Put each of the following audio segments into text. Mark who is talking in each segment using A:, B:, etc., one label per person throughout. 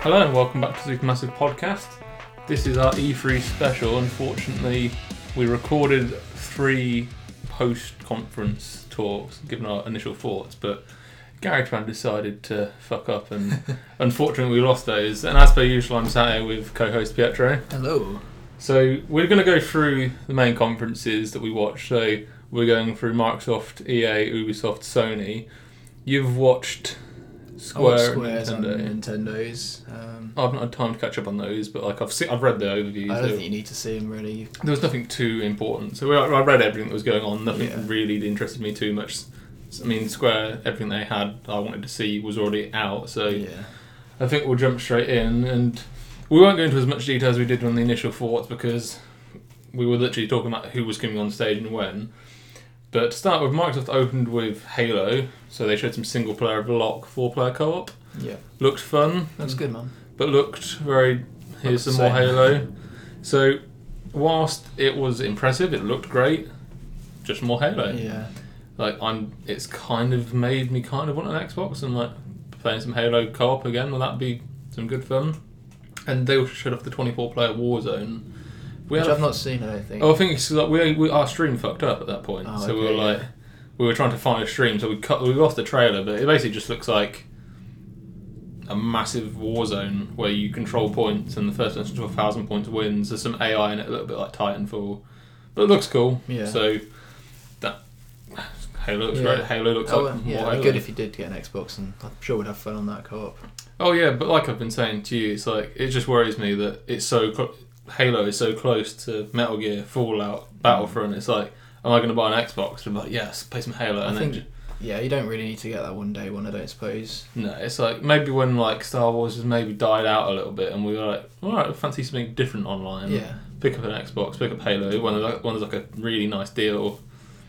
A: Hello and welcome back to Supermassive Podcast. This is our E3 special. Unfortunately, we recorded three post-conference talks, given our initial thoughts, but GarageBand decided to fuck up, and unfortunately, we lost those. And as per usual, I'm sat here with co-host Pietro.
B: Hello.
A: So we're going to go through the main conferences that we watched. So we're going through Microsoft, EA, Ubisoft, Sony. You've watched Square,
B: I watch
A: and
B: Squares on
A: Nintendo.
B: Nintendo's. Um,
A: I've not had time to catch up on those, but like I've seen, I've read the overviews.
B: I don't
A: There-
B: think you need to see them really.
A: There was nothing too important, so I I read everything that was going on. Nothing
B: Yeah.
A: really that interested me too much. I mean, Square, everything they had, I wanted to see was already out. So
B: Yeah.
A: I think we'll jump straight in, and we won't go into as much detail as we did on the initial thoughts because we were literally talking about who was coming on stage and when. But to start with, Microsoft opened with Halo, so they showed some single player block, four player co op.
B: Yeah.
A: Looked fun
B: That's good, man.
A: but looked very. Here's
B: Looked
A: some more
B: same.
A: Halo. So, whilst it was impressive, it looked great. Just more Halo.
B: Yeah.
A: Like I'm, it's kind of made me kind of want an Xbox and like playing some Halo co-op again. Will that be some good fun? And they also showed off the 24 player Warzone. We
B: Which
A: had a-
B: I've not seen, I don't think.
A: Oh, I think it's like we, we our stream fucked up at that point,
B: Oh,
A: so we were
B: okay,
A: like, we were trying to find a stream, so we cut, we lost the trailer, but it basically just looks like a massive war zone where you control points, and the first person to a thousand points wins. There's some AI in it, a little bit like Titanfall, but it looks cool.
B: Yeah.
A: So that Halo looks
B: Yeah.
A: great. Halo looks
B: Oh,
A: like
B: well, yeah,
A: more
B: it'd
A: Halo.
B: be good if you did get an Xbox, and I'm sure we'd have fun on that co-op.
A: Oh yeah, but like I've been saying to you, it's like it just worries me that it's so cl- Halo is so close to Metal Gear, Fallout, Battlefront. It's like, am I going to buy an Xbox? And I'm like, yes, play some Halo,
B: I
A: and then
B: think-
A: ju-
B: Yeah, you don't really need to get that one day one, I don't suppose.
A: no, it's like maybe when like Star Wars has maybe died out a little bit, and we were like, all right, I fancy something different online.
B: Yeah.
A: pick up an Xbox, pick up Halo when there's like, when there's like a really nice deal,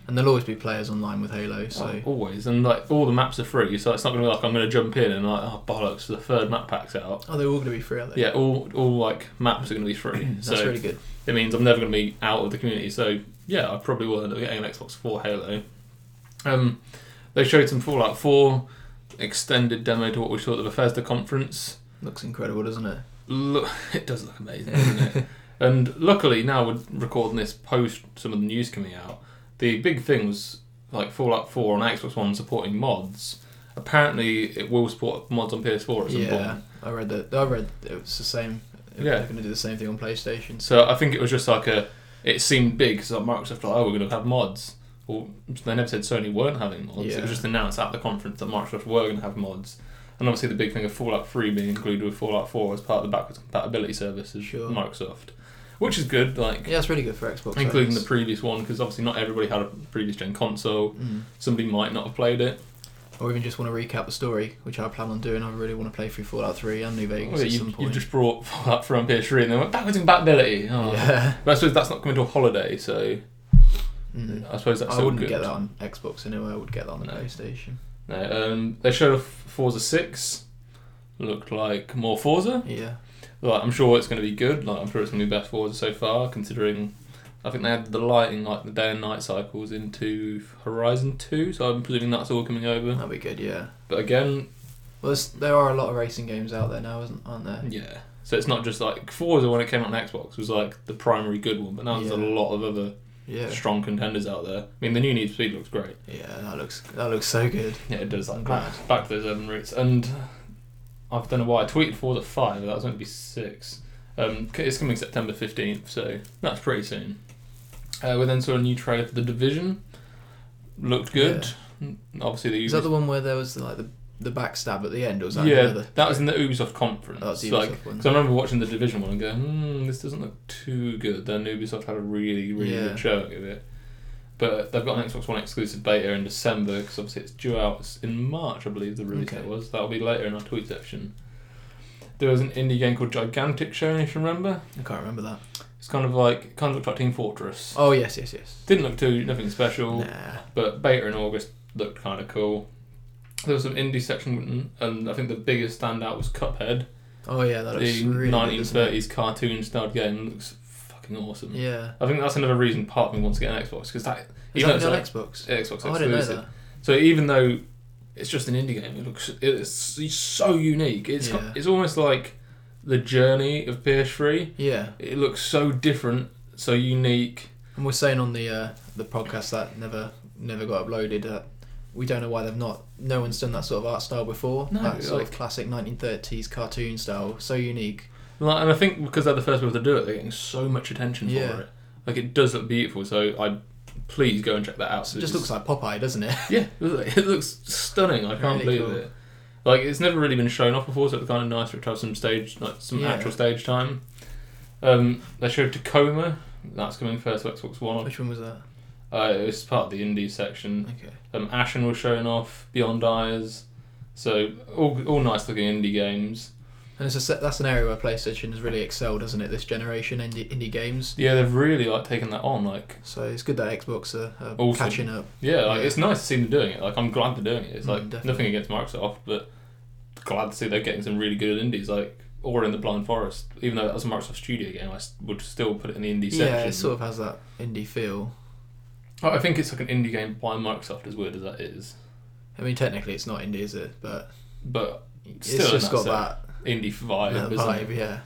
B: And there'll always be players online with Halo, so.
A: like, always, and like all the maps are free, so it's not going to be like I'm going to jump in and like oh bollocks, the third map pack's out.
B: Oh, they're all going to be free, are they?
A: Yeah, all all like maps are going to be free.
B: That's
A: so
B: really good.
A: it means I'm never going to be out of the community. So yeah, I probably will end up getting an Xbox for Halo. Um, they showed some Fallout 4 extended demo to what we saw at the Bethesda conference.
B: Looks incredible, doesn't it?
A: Look, it does look amazing, doesn't it? And luckily now we're recording this post some of the news coming out. The big thing was like Fallout 4 on Xbox One supporting mods. Apparently, it will support mods on PS4 at some point.
B: Yeah, I read that. I read it was the same.
A: Yeah.
B: They're going to do the same thing on PlayStation.
A: So I think it was just like a. It seemed big because like Microsoft were like, oh, we're going to have mods. Well, they never said Sony weren't having mods. It
B: Yeah.
A: was just announced at the conference that Microsoft were going to have mods. And obviously, the big thing of Fallout 3 being included with Fallout 4 as part of the backwards compatibility service is
B: Sure.
A: Microsoft, which is good, like
B: Yeah, it's really good for Xbox.
A: including the
B: owners.
A: previous one because obviously not everybody had a previous gen console.
B: Mm.
A: Somebody might not have played it.
B: or even just want to recap the story, which I plan on doing. I really want to play through Fallout 3 and New Vegas
A: Oh, yeah,
B: at some
A: you, you
B: point.
A: just brought Fallout 3 on PS3 and then went backwards compatibility. Oh.
B: yeah.
A: But I suppose that's not coming to a holiday, so
B: Mm.
A: I suppose that's
B: I
A: all
B: wouldn't
A: Oh, good.
B: get that on Xbox anyway. I would get that on the
A: No.
B: PlayStation.
A: No, um, they showed off Forza Six. Looked like more Forza.
B: Yeah.
A: Like I'm sure it's going to be good. Like I'm sure it's going to be best Forza so far, considering I think they had the lighting, like the day and night cycles, into Horizon Two. So I'm presuming that's all coming over.
B: That'd be good. Yeah.
A: But again,
B: Well, there's- there are a lot of racing games out there now, isn't aren't there?
A: yeah. So it's not just like Forza when it came out on Xbox was like the primary good one, but now there's a
B: Yeah.
A: lot of other
B: Yeah.
A: strong contenders out there. I mean, the new Need for Speed looks great.
B: Yeah. That looks that looks so good.
A: Yeah, it does. Like
B: Glad.
A: back, back to those urban roots, and I don't know why I tweeted Forza Five. That was meant to be six. Um, c- it's coming September fifteenth, so that's pretty soon. Uh, we then saw a new trailer for the Division. Looked good. N- Obviously, the
B: Is that the one where there was like the the backstab at the end, or was that
A: yeah,
B: another?
A: that was in the Ubisoft conference.
B: That was the
A: like,
B: Ubisoft one.
A: because I remember watching the Division one and going, hmm, this doesn't look too good. Then Ubisoft had a really, really
B: Yeah.
A: good showing of it. But they've got an Xbox One exclusive beta in December because obviously it's due out s- in March, I believe the release
B: Okay.
A: date was. That'll be later in our tweet section. There was an indie game called Gigantic showing, if you remember.
B: I can't remember that.
A: It's kind of like, kind of looked like Team Fortress.
B: Oh yes, yes, yes.
A: Didn't look too, nothing special
B: Nah.
A: but beta in August looked kind of cool. There was some indie section, and I think the biggest standout was Cuphead.
B: Oh yeah, that looks
A: the
B: really good, doesn't it?
A: 1930s cartoon styled game looks fucking awesome.
B: Yeah.
A: I think that's another reason part of me wants to get an Xbox because that
B: Is
A: even
B: that
A: though
B: on
A: it's
B: Xbox?
A: like Xbox
B: Oh, I didn't know
A: exclusive,
B: that.
A: so even though it's just an indie game, it looks it's so unique. It's
B: Yeah.
A: it's almost like the journey of PS3.
B: Yeah,
A: It looks so different, so unique.
B: and we're saying on the uh, the podcast that never never got uploaded that we don't know why they've not. No one's done that sort of art style before.
A: No,
B: that sort of
A: like-
B: classic 1930s cartoon style, so unique.
A: Like, and I think because they're the first people to do it, they're getting so much attention
B: Yeah.
A: for it. Like it does look beautiful, so I please go and check that out.
B: It just looks like Popeye, doesn't it?
A: yeah, it looks stunning. I can't
B: Really
A: believe
B: cool.
A: it. Like it's never really been shown off before, so it's kind of nice for it to have some stage, like some
B: Yeah.
A: actual stage time. Um, they showed Tacoma. That's coming first to Xbox One.
B: Which one was that?
A: Uh, it was part of the indie section.
B: Okay.
A: Um, Ashen was shown off. Beyond Eyes. So all all nice looking indie games.
B: And it's a set, that's an area where PlayStation has really excelled, hasn't it? This generation indie, indie games.
A: Yeah, they've really like taken that on. Like
B: So it's good that Xbox are, are
A: Also-
B: catching up.
A: Yeah, like,
B: Yeah.
A: it's nice to see them doing it. Like I'm glad they're doing it. It's
B: Mm,
A: like
B: definitely.
A: nothing against Microsoft, but glad to see they're getting some really good indies. Like or in the Blind Forest, even though that was a Microsoft Studio game, I s- would still put it in the indie
B: Yeah,
A: section.
B: it sort of has that indie feel.
A: I I think it's like an indie game by Microsoft, as weird as that is.
B: I mean, technically it's not indie, is it? But
A: But
B: it's
A: Still in
B: just
A: that
B: got that,
A: indie vibe,
B: that
A: isn't
B: vibe,
A: it?
B: yeah.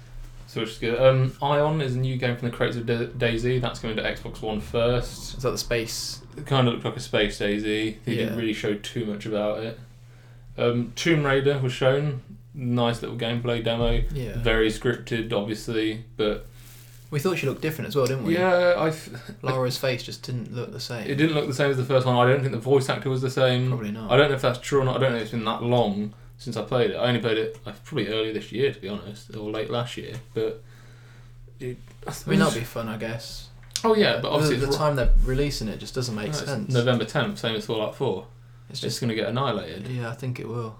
A: So which is good. Um, Ion is a new game from the creators of Da- Daisy. That's coming to Xbox One first.
B: Is that the space?
A: It kind of looked like a space Daisy. They
B: Yeah.
A: didn't really show too much about it. Um, Tomb Raider was shown. Nice little gameplay demo.
B: Yeah.
A: very scripted, obviously, but
B: We thought she looked different as well, didn't we?
A: yeah, I f-
B: Lara's face just didn't look the same.
A: it didn't look the same as the first one. I don't think the voice actor was the same.
B: Probably not.
A: I don't know if that's true or not. I don't know. if It's been that long since I played it. I only played it uh, probably earlier this year, to be honest, or late last year. But it,
B: I mean, that'd be fun, I guess.
A: oh yeah, but obviously
B: the, the
A: it's ro-
B: time they're releasing it just doesn't make
A: no, it's
B: sense.
A: November tenth, same as Fallout Four.
B: it's
A: It's just
B: just
A: going to get annihilated,
B: yeah, I think it will.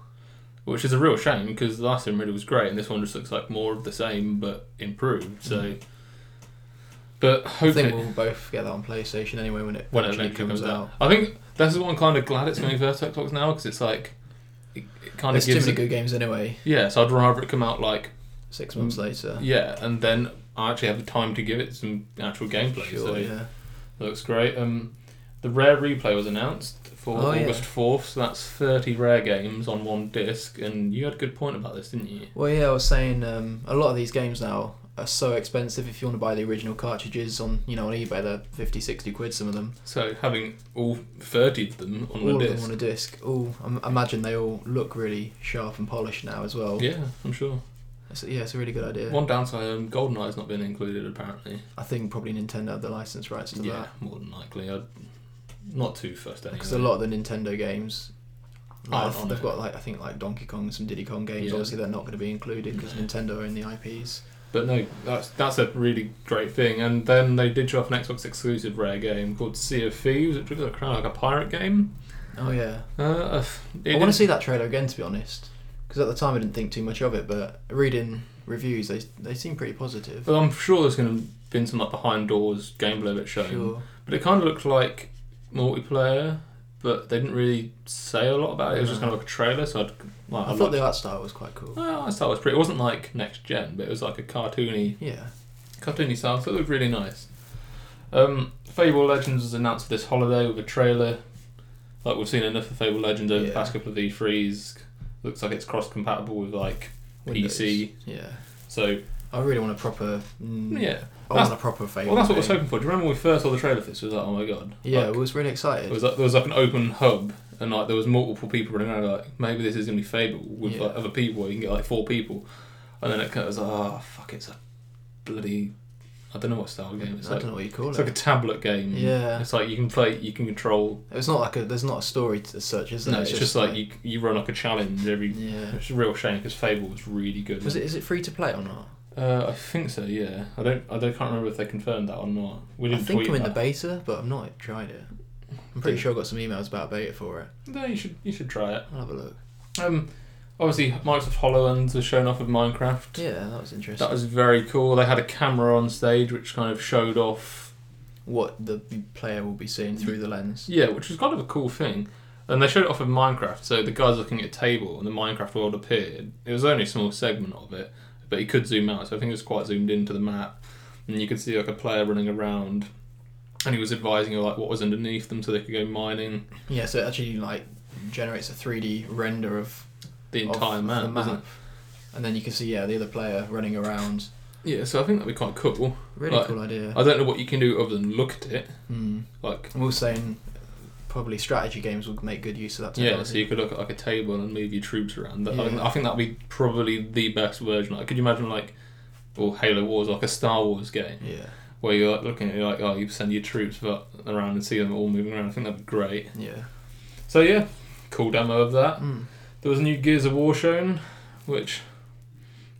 A: which is a real shame because the last one really was great, and this one just looks like more of the same but improved. So, but
B: Hmm. I
A: hopefully,
B: think we'll both get that on PlayStation anyway when it
A: when it
B: actually
A: eventually comes out. I think this is what I'm kind of glad it's going first to Xbox now because it's like it, it kind of
B: There's too
A: gives
B: many
A: it,
B: good games anyway.
A: yeah. So I'd rather it come out like
B: Six months later,
A: yeah, and then I actually have the time to give it some actual gameplay.
B: sure,
A: so
B: yeah.
A: that looks great. Um, the Rare replay was announced for
B: Oh, yeah.
A: August fourth. So that's thirty Rare games on one disc, and you had a good point about this, didn't you?
B: Well, yeah, I was saying um, a lot of these games now are so expensive. If you want to buy the original cartridges on you know on eBay, they're 50, 60 quid. Some of them,
A: So having all thirty of them on
B: all
A: a
B: of
A: disc.
B: them on a disc. All I m- imagine they all look really sharp and polished now as well.
A: yeah, I'm sure.
B: It's- yeah, it's a really good idea.
A: One downside, um, GoldenEye's not been included apparently.
B: I think probably Nintendo had the license rights to
A: Yeah,
B: that
A: more than likely. I'd, not too fussed anyway.
B: because a lot of the Nintendo games.
A: Aren't
B: like,
A: on
B: they've
A: it.
B: got like I think like Donkey Kong and some Diddy Kong games.
A: Yeah.
B: Obviously, they're not going to be included because
A: No.
B: Nintendo own the IPs.
A: But no, that's that's a really great thing. And then they did show off an Xbox exclusive rare game called Sea of Thieves, which looks like kind of like a pirate game.
B: Oh yeah,
A: Uh,
B: I want to see that trailer again, to be honest. Because at the time I didn't think too much of it, but reading reviews, they they seem pretty positive.
A: But I'm sure there's going to been some like behind doors gameplay that's shown.
B: Sure.
A: But it kind of looked like multiplayer, but they didn't really say a lot about it. It was just
B: No.
A: kind of like a trailer. So I'd, like,
B: I
A: I'd
B: thought the
A: like-
B: art style was quite cool.
A: Well, I thought it was pretty. It wasn't like next gen, but it was like a cartoony
B: Yeah.
A: cartoony style, so it looked really nice. Um, Fable Legends was announced for this holiday with a trailer. Like we've seen enough of Fable Legends over the
B: Yeah.
A: past couple of E3s. Looks like it's cross compatible with like PC.
B: Yeah.
A: So
B: I really want a proper. Mm,
A: yeah,
B: I
A: That's-
B: want a proper favourite.
A: well that's what I was hoping for. Do you remember when we first saw the trailer for this? It was like oh my god.
B: Yeah,
A: Like,
B: we was really
A: it
B: excited.
A: was like, there was like an open hub and like there was multiple people running around like maybe this is gonna be Fable with
B: Yeah.
A: like other people. You can get like four people, and then it kind of was like oh fuck it's a bloody I don't know what style game it's
B: I
A: like.
B: don't know what you call
A: It's
B: it.
A: like a tablet game.
B: Yeah.
A: It's like you can play, you can control.
B: it's not like a. There's not a story to- as such, is there?
A: no, it's, just, like, you you run like a challenge every.
B: Yeah.
A: It's a real shame because Fable was really good.
B: Was it? Is it free to play or not?
A: Uh, I think so. Yeah. I don't. I don't, can't remember if they confirmed that or not. We
B: I
A: didn't
B: think
A: tweet
B: I'm in the
A: that.
B: beta, but I've not tried it. I'm pretty
A: Yeah.
B: sure I got some emails about beta for it.
A: No, you should. You should try it.
B: I'll have a look.
A: Um, obviously Microsoft Hololens was shown off of Minecraft.
B: Yeah, that was interesting.
A: That was very cool. They had a camera on stage which kind of showed off
B: what the player will be seeing through the lens.
A: Yeah, which was kind of a cool thing. And they showed it off of Minecraft, so the guy's looking at a table and the Minecraft world appeared. It was only a small segment of it, but he could zoom out, so I think it was quite zoomed into the map. And you could see like a player running around and he was advising you like what was underneath them so they could go mining
B: Yeah, so it actually like generates a 3D render of
A: the
B: of
A: entire map.
B: The map.
A: doesn't it?
B: and then you can see yeah the other player running around.
A: Yeah, so I think that'd be quite cool.
B: Really
A: Right.
B: cool idea.
A: I don't know what you can do other than look at it.
B: Mm.
A: Like,
B: I'm also saying probably strategy games would make good use of that.
A: yeah, so
B: Technology.
A: you could look at like a table and move your troops around. That- I, think,
B: Yeah.
A: I think that'd be probably the best version. Like, could you imagine like, or Halo Wars, like a Star Wars game
B: yeah,
A: where you're like, looking at it like, oh, you send your troops up, around and see them all moving around. I think that'd be great.
B: yeah.
A: So yeah, cool demo of that.
B: Mm.
A: There was a new Gears of War shown, which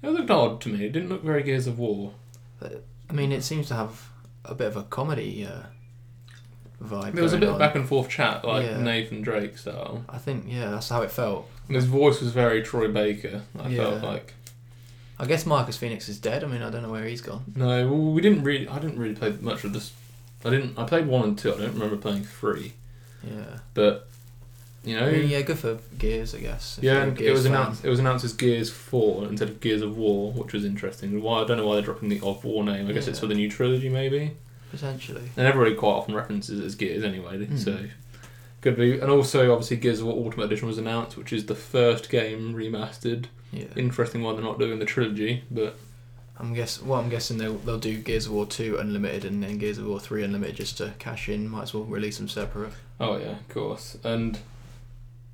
A: it looked odd to me. It didn't look very Gears of War.
B: I mean, it seems to have a bit of a comedy uh, vibe.
A: There was a
B: going
A: bit
B: on.
A: of back and forth chat, like
B: Yeah.
A: Nathan Drake style.
B: I think yeah, that's how it felt.
A: And his voice was very Troy Baker. I felt
B: Yeah.
A: like
B: I guess Marcus Phoenix is dead. I mean, I don't know where he's gone.
A: no, well, we didn't really. I didn't really play much of this. I didn't. I played one and two. I don't remember playing three,
B: Yeah.
A: but you know,
B: I mean, yeah, good for Gears, I guess. if
A: Yeah,
B: you're a
A: and it
B: Gears
A: was
B: fan.
A: announced. It was announced as Gears Four instead of Gears of War, which was interesting. Why I don't know why they're dropping the of War name. I guess it's
B: Yeah.
A: for the new trilogy, maybe.
B: Potentially.
A: And everybody quite often references it as Gears anyway,
B: Hmm.
A: so could be. And also, obviously, Gears of War Ultimate Edition was announced, which is the first game remastered.
B: Yeah.
A: Interesting why they're not doing the trilogy, but
B: I'm guess. Well, I'm guessing they'll they'll do Gears of War two unlimited and then Gears of War three unlimited just to cash in. Might as well release them separate.
A: oh yeah, of course. And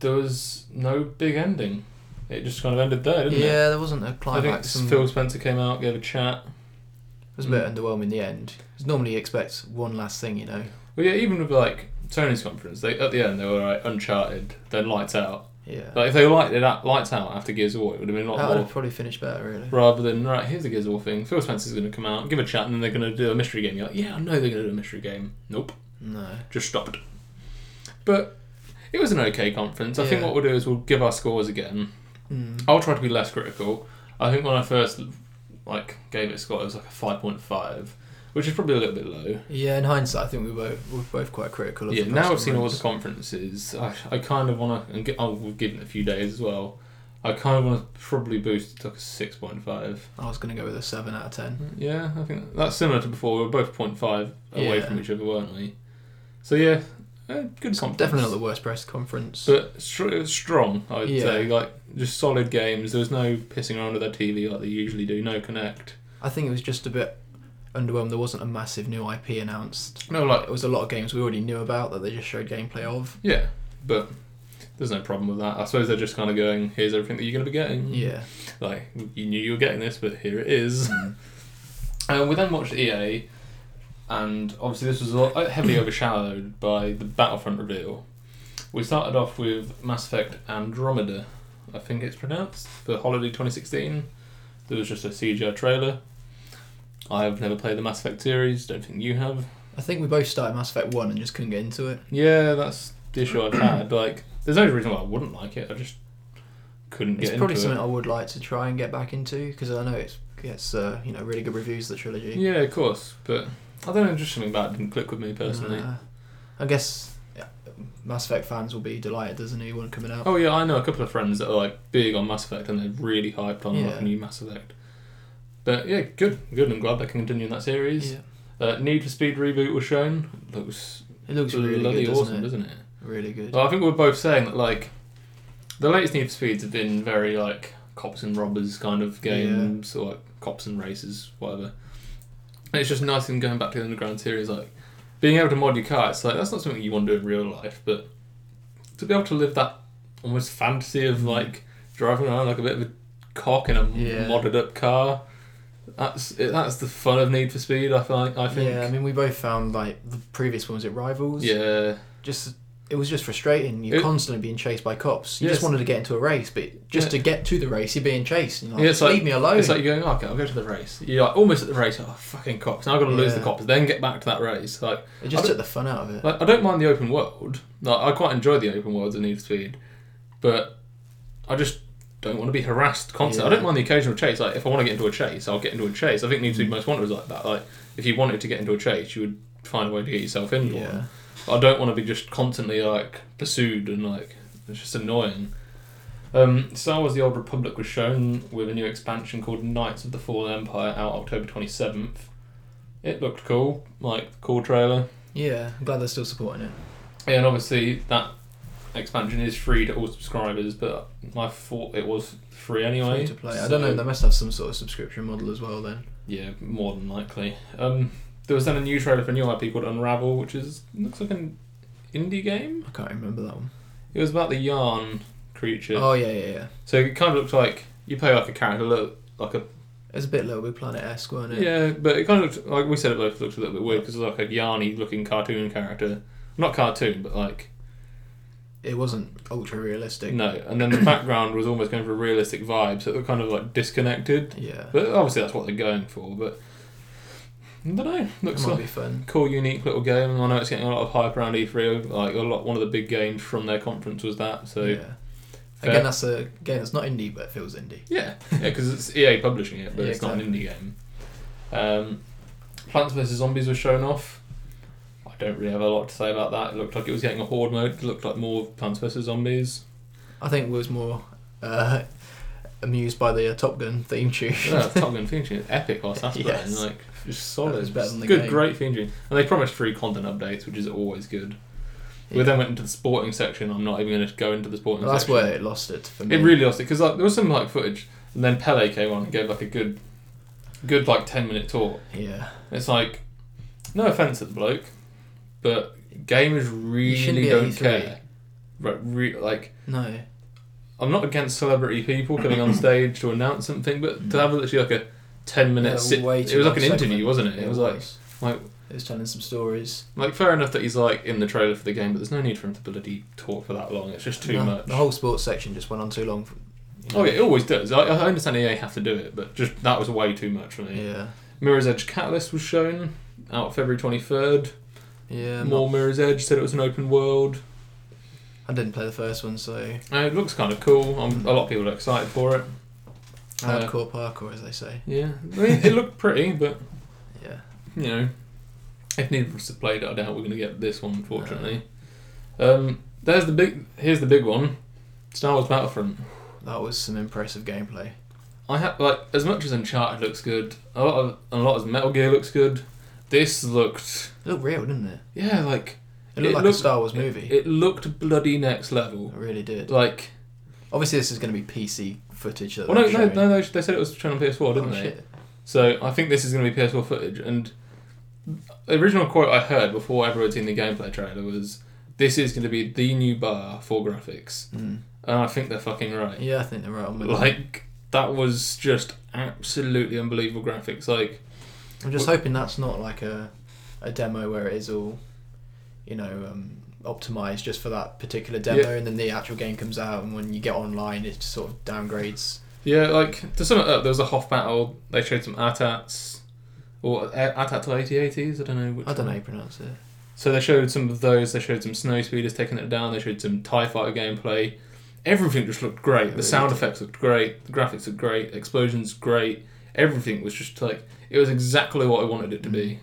A: there was no big ending. It just kind of ended there, didn't Oh, it?
B: yeah, there wasn't a
A: I think
B: climax. and-
A: Phil Spencer came out, gave a chat.
B: It was a
A: Mm.
B: bit underwhelming in the end. 'Cause normally you expect one last thing, you know.
A: Well, yeah, even with like Tony's conference, they at the end they were like Uncharted, then Lights Out.
B: Yeah.
A: Like if they were lighted out, Lights Out after Gears of War, it would have been a
B: that
A: lot
B: would
A: more.
B: have probably finished better, really.
A: Rather than right, here's the Gears of War thing. Phil Spencer's going to come out, give a chat, and then they're going to do a mystery game. You're like, yeah, I know they're going to do a mystery game. Nope,
B: No.
A: just stopped. But it was an okay conference. I think
B: Yeah.
A: what we'll do is we'll give our scores again.
B: Mm.
A: I'll try to be less critical. I think when I first like gave it a score, it was like a five point five, which is probably a little bit low.
B: Yeah, in hindsight, I think we were we were both quite critical of.
A: Yeah,
B: the
A: now
B: press
A: I've seen all the
B: conference.
A: conferences, I, I kind of want to, and get, oh, we've given it a few days as well. I kind of want to probably boost it to like a 6.5.
B: I was going to go with a seven out of ten.
A: Yeah, I think that's similar to before. We were both 0.5 away
B: Yeah.
A: from each other, weren't we? So, yeah, eh, good conference.
B: Definitely not the worst press conference.
A: But str- it was strong, I would
B: Yeah.
A: say. Like, just solid games. There was no pissing around with their TV like they usually do, no connect.
B: I think it was just a bit underwhelmed. There wasn't a massive new IP announced.
A: No, like,
B: It was a lot of games we already knew about that they just showed gameplay of.
A: yeah, but there's no problem with that. I suppose they're just kind of going, here's everything that you're going to be getting.
B: Yeah.
A: like you knew you were getting this, but here it is.
B: Mm.
A: Uh, we then watched EA, and obviously this was a lot, heavily overshadowed by the Battlefront reveal. We started off with Mass Effect Andromeda, I think it's pronounced, for Holiday 2016. There was just a CGI trailer. I have never played the Mass Effect series, don't think you have.
B: I think we both started Mass Effect 1 and just couldn't get into it.
A: Yeah, that's the issue I've had. Like, there's no reason why I wouldn't like it, I just couldn't get
B: It's
A: into
B: probably
A: it.
B: something I would like to try and get back into because I know it's gets uh, you know really good reviews the trilogy.
A: Yeah, of course, but I don't know, just something about it didn't click with me personally.
B: Uh, I guess yeah, Mass Effect fans will be delighted there's a new one coming out.
A: Oh yeah, I know a couple of friends that are like big on Mass Effect and they're really hyped on like,
B: Yeah.
A: a new Mass Effect. But yeah, good, good. I'm glad they're continuing that series.
B: Yeah.
A: Uh, Need for Speed reboot was shown. Looks
B: It looks really
A: bloody
B: good,
A: awesome,
B: doesn't
A: doesn't
B: it?
A: it?
B: Really good.
A: Well, I think we we're both saying that like the latest Need for Speeds have been very like cops and robbers kind of games or like cops and races, whatever. And it's just nice in going back to the underground series, like being able to mod your car. It's like that's not something you want to do in real life, but to be able to live that almost fantasy of like driving around like a bit of a cock in a
B: Yeah.
A: modded up car. That's it, that's the fun of Need for Speed. I think. I think.
B: yeah, I mean we both found like the previous one was it Rivals.
A: yeah.
B: just it was just frustrating. You're
A: It-
B: constantly being chased by cops. You
A: Yes.
B: just wanted to get into a race, but just
A: Yeah.
B: to get to the race, you're being chased. And you're like,
A: Yeah, it's
B: "Just
A: like-
B: leave me alone.
A: It's like you're going, oh, okay, I'll go to the race. You're like almost at the race. Oh, fucking cops! Now I've got to lose the
B: Yeah.
A: cops, then get back to that race. Like,
B: it
A: I
B: just
A: don't-
B: took the fun out of it.
A: like I don't mind the open world. Like, I quite enjoy the open worlds in Need for Speed, but I just don't want to be harassed constantly. I
B: Yeah. Mm.
A: don't mind the occasional chase. Like, if I want to get into a chase, I'll get into a chase. I think Need for Speed Most Wanted was like that. Like, if you wanted to get into a chase, you would find a way to get yourself into one.
B: yeah,
A: I don't want to be just constantly like pursued and like it's just annoying. Um, Star Wars: The Old Republic was shown with a new expansion called Knights of the Fallen Empire out October twenty seventh. It looked cool, like cool trailer.
B: yeah. I'm glad they're still supporting it.
A: Yeah, and obviously that expansion is free to all subscribers, but I thought it was free anyway.
B: Free to play. I
A: so-
B: don't know. They must have some sort of subscription model as well. Then
A: Yeah, more than likely. Um, there was then a new trailer for a new IP called Unravel, which is looks like an indie game.
B: I can't remember that one.
A: It was about the yarn creature.
B: Oh yeah, yeah, yeah.
A: So it kind of looks like you play like a character, look like a
B: It's a bit Little Big Planet esque, wasn't it?
A: yeah, but it kind of looked, like we said it both looks a little bit weird because it's like a yarny looking cartoon character, not cartoon, but like
B: It wasn't ultra realistic.
A: no. And then the background was almost going for a realistic vibe, so it looked kind of like disconnected.
B: Yeah.
A: But obviously that's what they're going for. But I don't know.
B: It
A: Looks
B: might
A: like
B: be fun.
A: cool, unique little game. I know it's getting a lot of hype around E3. Like a lot, one of the big games from their conference was that. So yeah,
B: yeah.
A: fair.
B: Again, uh, that's a game that's not indie, but it feels indie.
A: yeah, because it's EA publishing it, but
B: Yeah,
A: it's not an indie game. Um, Plants vs Zombies was shown off. I don't really have a lot to say about that. It looked like it was getting a horde mode. It looked like more Plants vs Zombies.
B: I think was more uh, amused by the uh, Top Gun theme tune.
A: Yeah, Top Gun theme tune, epic or Sassburn,
B: Yes.
A: like just solid.
B: That was better than the
A: good,
B: game.
A: great theme tune. And they promised free content updates, which is always good. We
B: Yeah.
A: then went into the sporting section. I'm not even going to go into the sporting
B: Well, that's
A: section.
B: where it lost it for me.
A: It really lost it because like, there was some like footage, and then Pele came on and gave like a good, good like ten minute talk.
B: Yeah.
A: It's like, no offense at the bloke, but gamers
B: shouldn't
A: really
B: be at E
A: don't
B: E3.
A: care. Right, re- like
B: No.
A: I'm not against celebrity people coming on stage to announce something, but to have literally like a ten minute
B: Yeah,
A: sit,
B: Uh, way
A: it
B: too
A: was like an
B: much
A: interview,
B: segment.
A: wasn't it? It was like like
B: it was telling some stories.
A: like fair enough that he's like in the trailer for the game, but there's no need for him to bloody talk for that long. It's just too
B: No,
A: much.
B: The whole sports section just went on too long. For, you know.
A: Oh yeah, it always does. I, I understand EA have to do it, but just that was way too much for me.
B: Yeah.
A: Mirror's Edge Catalyst was shown out February twenty third.
B: Yeah.
A: More Mirror's Edge said it was an open world.
B: I didn't play the first one, so
A: Uh, it looks kind of cool. Um a lot of people are excited for it. Uh,
B: hardcore parkour, as they say.
A: Yeah, I mean, it looked pretty, but
B: Yeah.
A: you know, if neither of us had played it, I doubt we're going to get this one. Unfortunately, um, there's the big. Here's the big one. Star Wars Battlefront.
B: That was some impressive gameplay.
A: I have like as much as Uncharted looks good, a lot of a lot as Metal Gear looks good. This looked
B: It looked real, didn't it?
A: yeah like
B: It looked
A: It
B: like
A: looked-
B: a Star Wars movie. It,
A: it looked bloody next level.
B: really did.
A: Like
B: Obviously, this is going to be PC footage. That
A: well no
B: they're
A: no
B: showing.
A: no they, they said it was shown on PS4
B: Oh,
A: didn't they?
B: shit.
A: So I think this is going to be PS4 footage. And the original quote I heard before ever had seen the gameplay trailer was, "This is going to be the new bar for graphics,"
B: Mm.
A: and I think they're fucking right.
B: Yeah, I think they're right on with it.
A: Like that was just absolutely unbelievable graphics. Like
B: I'm just hoping that's not like a, a demo where it is all, you know, um, optimized just for that particular demo,
A: Yeah.
B: and then the actual game comes out, and when you get online, it sort of downgrades.
A: yeah, like to sum it up, there was a Hoff battle. They showed some ATATs. Or A- ATAT to 8080s, I don't know which
B: I don't know
A: one.
B: how you pronounce it.
A: So they showed some of those, they showed some snow speeders taking it down, they showed some TIE fighter gameplay. Everything just looked great.
B: It
A: the
B: really
A: sound
B: did.
A: effects looked great, the graphics looked great, explosions great. Everything was just like it was exactly what I wanted it to be.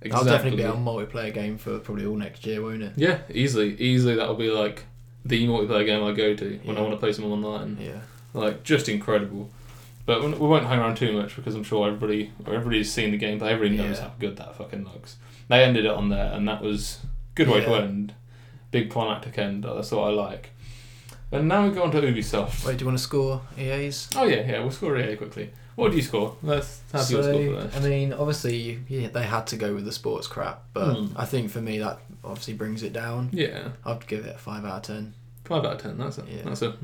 B: That'll
A: Exactly.
B: definitely be our multiplayer game for probably all next year, won't it?
A: yeah, easily. Easily that'll be like the multiplayer game I go to when I
B: Yeah.
A: want to play someone online.
B: Yeah.
A: Like just incredible. But we we won't hang around too much because I'm sure everybody everybody's seen the gameplay. Everybody knows
B: Yeah.
A: how good that fucking looks. They ended it on there, and that was good way to
B: Yeah.
A: end. Big climactic end. That's what I like. And now we go on to Ubisoft.
B: Wait, do you want to score E EA's?
A: Oh yeah, yeah. We'll score EA quickly. What do you score? Let's have your score
B: So,
A: first.
B: I mean, obviously, yeah, they had to go with the sports crap, but
A: Hmm.
B: I think for me that obviously brings it down.
A: Yeah,
B: I'd give it a five out of ten.
A: five out of ten. That's a
B: Yeah.
A: that's a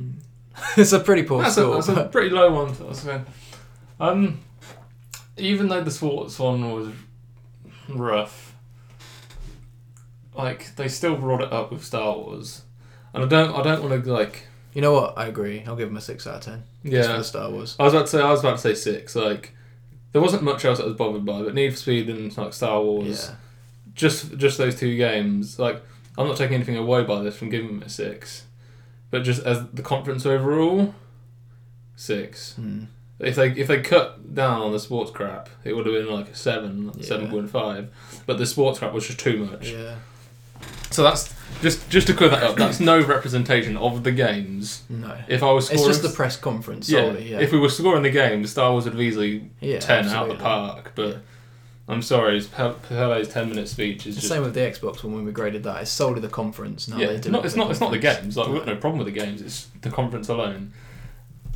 B: it's a pretty poor
A: that's a,
B: score.
A: that's a
B: but-
A: pretty low one. I was saying. Um, even though the sports one was rough, like they still brought it up with Star Wars, and I don't I don't want to like
B: You know what? I agree. I'll give them a six out of ten. Just for
A: yeah.
B: the Star Wars.
A: I was about to say I was about to say six. Like there wasn't much else I was bothered by, but Need for Speed and like Star Wars,
B: Yeah.
A: just just those two games. Like I'm not taking anything away by this from giving it a six, but just as the conference overall, six.
B: Hmm.
A: If they if they cut down on the sports crap, it would have been like a seven,
B: Yeah.
A: seven point five. But the sports crap was just too much.
B: Yeah.
A: So that's just just to clear that up. That's no representation of the games.
B: No.
A: If I was
B: It's
A: scoring,
B: just the press conference solely. Yeah.
A: If we were scoring the games, Star Wars would have easily
B: yeah,
A: ten out
B: absolutely.
A: the park. But I'm sorry, it's Pe- Pele's 10 minute speech is
B: The
A: just.
B: same with the Xbox One when we graded that. It's solely the conference. Now
A: yeah,
B: they
A: it's
B: did
A: not, it's, not, it's not the games. Like, we've got
B: No.
A: no problem with the games, it's the conference alone.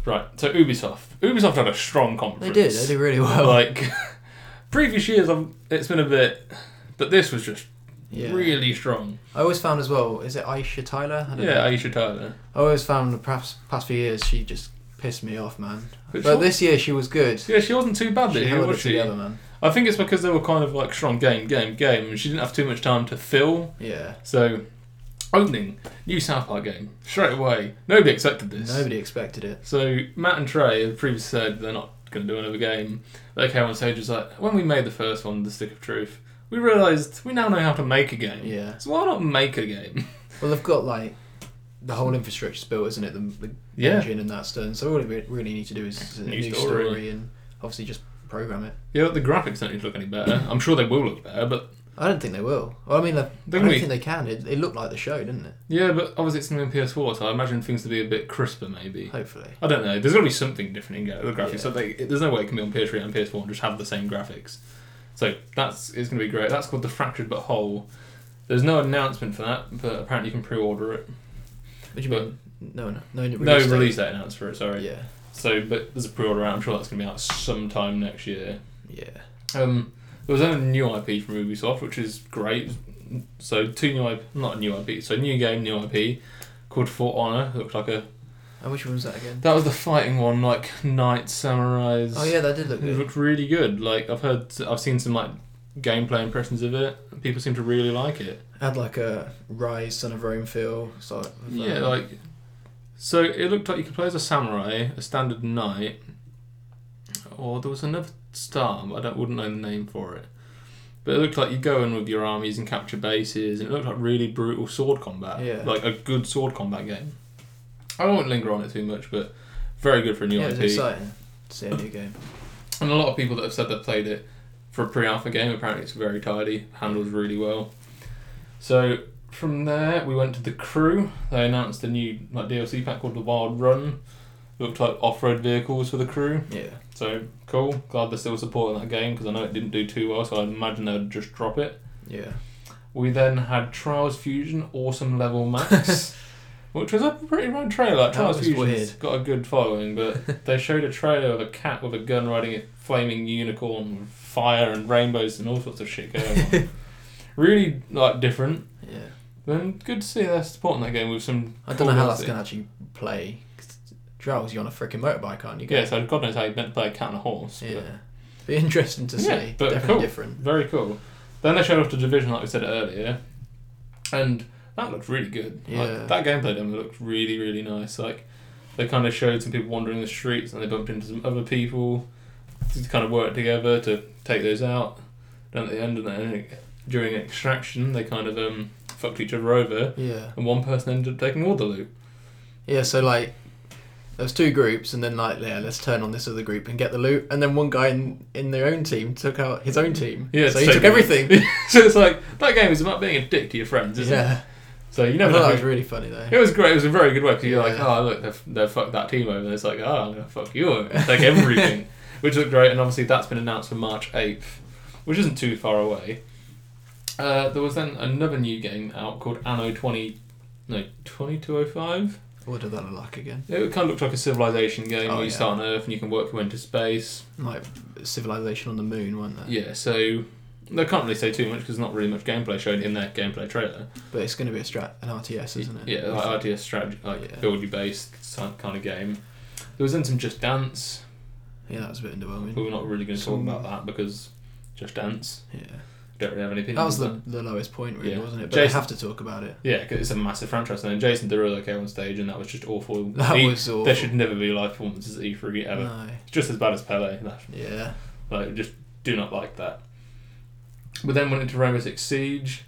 A: Right, so Ubisoft. Ubisoft had a strong
B: They
A: conference.
B: did. They did really well.
A: Like, previous years, I've, it's been a bit. But this was just
B: yeah.
A: really strong.
B: I always found as well. Is it Aisha Tyler? I don't
A: Yeah,
B: know.
A: Aisha Tyler.
B: I always found the past past few years she just pissed me off, man.
A: But
B: But,
A: she-
B: this year she was good.
A: Yeah, she wasn't too bad
B: She
A: this year,
B: held
A: was
B: it
A: she?
B: together, man.
A: I think it's because they were kind of like strong game, game, game, and she didn't have too much time to fill.
B: Yeah.
A: So, opening new South Park game straight away. Nobody expected this.
B: Nobody expected it.
A: So Matt and Trey have previously said they're not going to do another game. They came on stage and was like, when we made the first one, The Stick of Truth, we realised we now know how to make a game.
B: Yeah.
A: So why not make a game?
B: Well, they've got like the whole infrastructure's built, isn't it? The, the
A: Yeah.
B: engine and that stone. So all we really need to do is a
A: New
B: new,
A: story.
B: story. and obviously just program it.
A: Yeah, the graphics don't need to look any better. I'm sure they will look better, but
B: I don't think they will. Well, I mean, I
A: Don't
B: don't
A: we-
B: think they can. It, it looked like the show, didn't it?
A: yeah, but obviously it's going to be on PS4, so I imagine things to be a bit crisper maybe.
B: Hopefully.
A: I don't know. There's got to be something different in ga- the graphics.
B: Yeah.
A: So they, there's no way it can be on PS3 and PS4 and just have the same graphics. So that's it's going to be great. That's called the Fractured but Whole. There's no announcement for that, but apparently you can pre-order it.
B: What do you
A: But-
B: mean? No, no, no release.
A: no
B: date.
A: release date announced for it. Sorry.
B: Yeah,
A: So, but there's a pre-order out. I'm sure that's going to be out sometime next year.
B: yeah.
A: Um, there was a new IP from Ubisoft, which is great. So two new IP, not new IP. So new game, new IP called For Honor. Looked like a
B: And which one was that again?
A: that was the fighting one, like knights, samurais.
B: Oh yeah, that did look
A: It
B: good.
A: looked really good. Like I've heard, I've seen some like gameplay impressions of it. People seem to really like it.
B: Had like a Rise Son of Rome feel. So
A: Yeah, like so it looked like you could play as a samurai, a standard knight, or there was another star, but I don't, wouldn't know the name for it. But it looked like you go in with your armies and capture bases, and it looked like really brutal sword combat,
B: Yeah.
A: like a good sword combat game. I won't linger on it too much, but very good for a new
B: yeah, it was
A: IP.
B: exciting. to See a new game.
A: And a lot of people that have said they've played it for a pre-alpha game, apparently it's very tidy, handles really well. So from there, we went to the crew. They announced a new like DLC pack called the Wild Run. Looked like off-road vehicles for the crew.
B: Yeah.
A: So cool. Glad they're still supporting that game because I know it didn't do too well, so I imagine they'd just drop it.
B: Yeah.
A: We then had Trials Fusion Awesome Level Max. Which was a pretty rad trailer. Like,
B: That
A: Trials
B: was
A: Fusion's
B: weird.
A: got a good following, but they showed a trailer of a cat with a gun riding a flaming unicorn with fire and rainbows and all sorts of shit going on. really like different.
B: Yeah.
A: And good to see they're supporting that game with some.
B: I don't know how that's
A: DLC.
B: gonna actually play. 'cause Trials, you're on a freaking motorbike, aren't you?
A: Yeah, so God knows how you meant to play a cat and a horse. but-
B: Yeah. Be interesting to see.
A: Yeah, but
B: Definitely
A: cool.
B: different.
A: Very cool. Then they showed off the division, like we said earlier, and that looked really good.
B: Yeah.
A: Like, that gameplay demo looked really, really nice. Like, they kind of showed some people wandering the streets, and they bumped into some other people to kind of work together to take those out. Then at the end, and then during extraction, they kind of um, fucked each other over,
B: Yeah.
A: and one person ended up taking all the loot.
B: Yeah. So like. There's two groups, and then like, yeah, let's turn on this other group and get the loot. And then one guy in, in their own team took out his own team.
A: Yeah,
B: so he
A: so-
B: took everything.
A: so it's like that game is about being a dick to your friends, isn't it?
B: yeah,
A: So you
B: I
A: never
B: thought
A: know.
B: that
A: who-
B: was really funny though.
A: It was great. It was a very good way because you're like,
B: Yeah.
A: oh look, they've, they've fucked that team over. And it's like, oh, I'm gonna fuck you over, and take everything, which looked great. And obviously that's been announced for March eighth, which isn't too far away. Uh, there was then another new game out called Anno twenty, no twenty two oh five.
B: What did that look like again?
A: It kind of looked like a civilization game
B: Oh,
A: where you
B: yeah.
A: start on Earth and you can work your way into space.
B: Like civilization on the moon, weren't they?
A: Yeah, so they can't really say too much because there's not really much gameplay shown in that gameplay trailer.
B: But it's going to be a strat, an RTS, isn't it?
A: Yeah, like RTS strategy, like
B: Yeah.
A: build your base kind of game. There was then some Just Dance.
B: yeah, that was a bit
A: But
B: underwhelming.
A: we're not really going to talk
B: Some-
A: about that because Just Dance
B: Yeah,
A: don't really have anything.
B: that was the, the lowest point, really,
A: Yeah.
B: wasn't it? But
A: Jason-
B: I have to talk about it.
A: yeah, 'cause it's a massive franchise. And then Jason Derulo came on stage, and that was just awful.
B: That
A: E-
B: was awful.
A: There should never be live performances at E3 ever.
B: No.
A: It's just as bad as Pele. That-
B: Yeah.
A: Like, just do not like that. But then went into Rainbow Six Siege.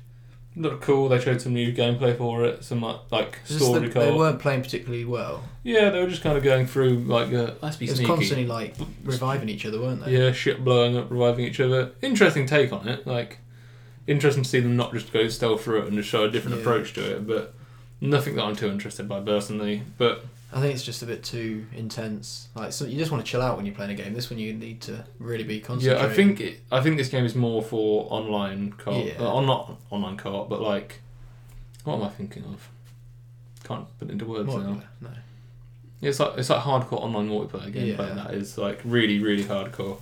A: Looked cool. They showed some new gameplay for it. Some like like
B: It's Just
A: story
B: that they
A: co
B: weren't playing particularly well.
A: Yeah, they were just kind of going through like uh, let's be
B: It was
A: sneaky.
B: constantly like reviving each other, weren't they?
A: Yeah, shit blowing up, reviving each other. Interesting take on it. Like, interesting to see them not just go stealth through it and just show a different
B: Yeah.
A: approach to it, but Nothing that I'm too interested by personally, but
B: I think it's just a bit too intense. Like so you just want to chill out when you're playing a game. This one you need to really be concentrating.
A: yeah, I think it, I think this game is more for online co
B: Yeah.
A: Uh, on not online co but like, what am I thinking of? Can't put it into words
B: More-
A: now.
B: no.
A: It's like it's like hardcore online multiplayer gameplay.
B: Yeah.
A: That is like really really hardcore.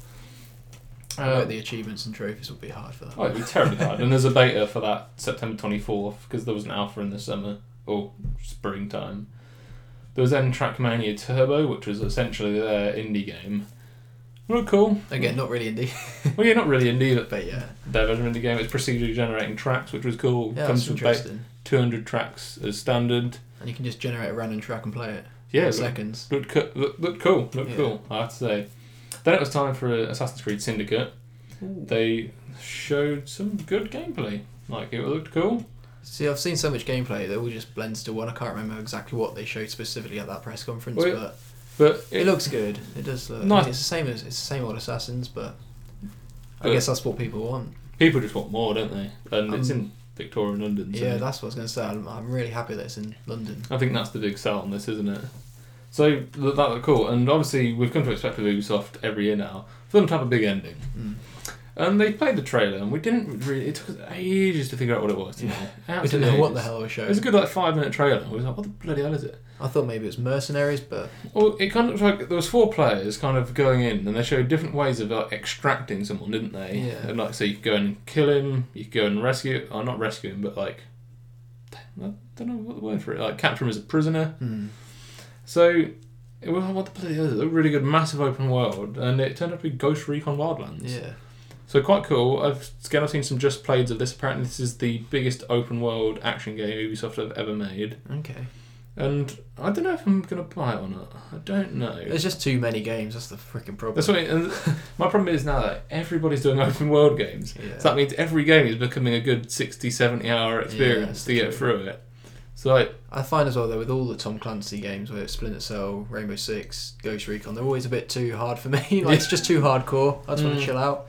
B: I
A: Uh,
B: bet the achievements and trophies will be hard for that.
A: Oh, it'd be terribly hard. And there's a beta for that September 24th because there was an alpha in the summer or springtime. There was then Trackmania Turbo, which was essentially their indie game. Well, cool.
B: Again, not really indie,
A: Well, yeah, not really indie, but
B: but yeah,
A: their version of indie game. It's procedurally generating tracks, which was cool.
B: yeah,
A: Comes
B: that's
A: with about
B: interesting.
A: 200 tracks as standard.
B: And you can just generate a random track and play it.
A: Yeah, it
B: in
A: looked,
B: seconds.
A: looked, co- looked, looked cool. Looked
B: Yeah.
A: cool, I have to say. Then it was time for uh, Assassin's Creed Syndicate. They showed some good gameplay. Like, it looked cool.
B: See, I've seen so much gameplay that all just blends to one. I can't remember exactly what they showed specifically at that press conference,
A: Well, it-
B: but
A: But
B: it, looks good. It does look.
A: Nice.
B: It's the same as it's the same old Assassins, but
A: But-
B: I guess that's what people want.
A: People just want more, don't they? And it's
B: Um,
A: in Victorian London. So
B: Yeah, that's what I was going to say. I'm, I'm really happy that it's in London.
A: I think that's the big sell on this, isn't it? So th- that looked cool, and obviously we've come to expect with Ubisoft every year now for them to have a big ending.
B: Mm.
A: And they played the trailer, and we didn't really. It took us ages to figure out what it was. Didn't
B: We didn't know what the hell
A: It
B: was
A: was
B: showing.
A: a good like five minute trailer. We was like, what the bloody hell is it?
B: I thought maybe it was mercenaries, but
A: Well, it kind of looked like there was four players kind of going in, and they showed different ways of like, extracting someone, didn't they?
B: Yeah.
A: And like, so you could go and kill him, you could go and rescue, or not rescue him, but like, I don't know what the word for it, like capture him as a prisoner.
B: hmm,
A: So it was what the bloody hell is it? A really good, massive open world, and it turned out to be Ghost Recon Wildlands.
B: yeah,
A: So quite cool. I've again I've seen some just plays of this. Apparently, this is the biggest open world action game Ubisoft have ever made,
B: okay.
A: and I don't know if I'm gonna buy it or not. I don't know.
B: There's just too many games. That's the freaking problem.
A: That's what I- and my problem is now that everybody's doing open world games.
B: yeah.
A: So that means every game is becoming a good 60, 70 hour experience
B: that's
A: to get
B: true.
A: through it. So like,
B: I find as well though with all the Tom Clancy games, whether it's Splinter Cell, Rainbow Six, Ghost Recon, they're always a bit too hard for me. like it's just too hardcore. I just want
A: Mm.
B: to chill out.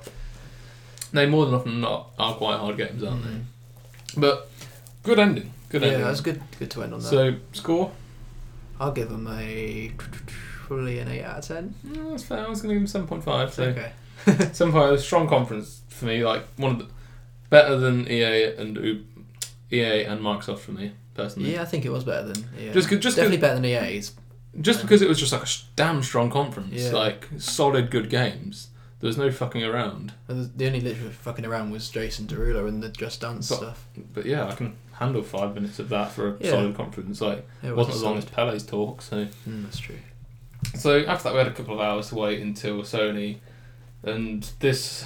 A: they more than often not are quite hard games, aren't they? But good ending. Good
B: Mm-hmm. yeah,
A: ending.
B: that's good. Good to end on that.
A: So score?
B: I'll give them a probably an eight out of ten.
A: Mm, that's fair. I was going to give him seven point five. So
B: Okay.
A: seven point five. Strong conference for me. Like one of the better than EA and U- EA and Microsoft for me personally.
B: Yeah, I think it was better than yeah.
A: Just 'cause- just 'cause-
B: definitely better than EA's.
A: Just because it was just like a sh- damn strong conference,
B: Yeah.
A: like solid good games. There was no fucking around.
B: And The the only literal fucking around was Jason Derulo and the Just Dance
A: But-
B: stuff.
A: But yeah, I can handle five minutes of that for a
B: Yeah.
A: solid conference. Like it wasn't as long as Pele's talk. So
B: Mm, that's true.
A: so after that, we had a couple of hours to wait until Sony, and this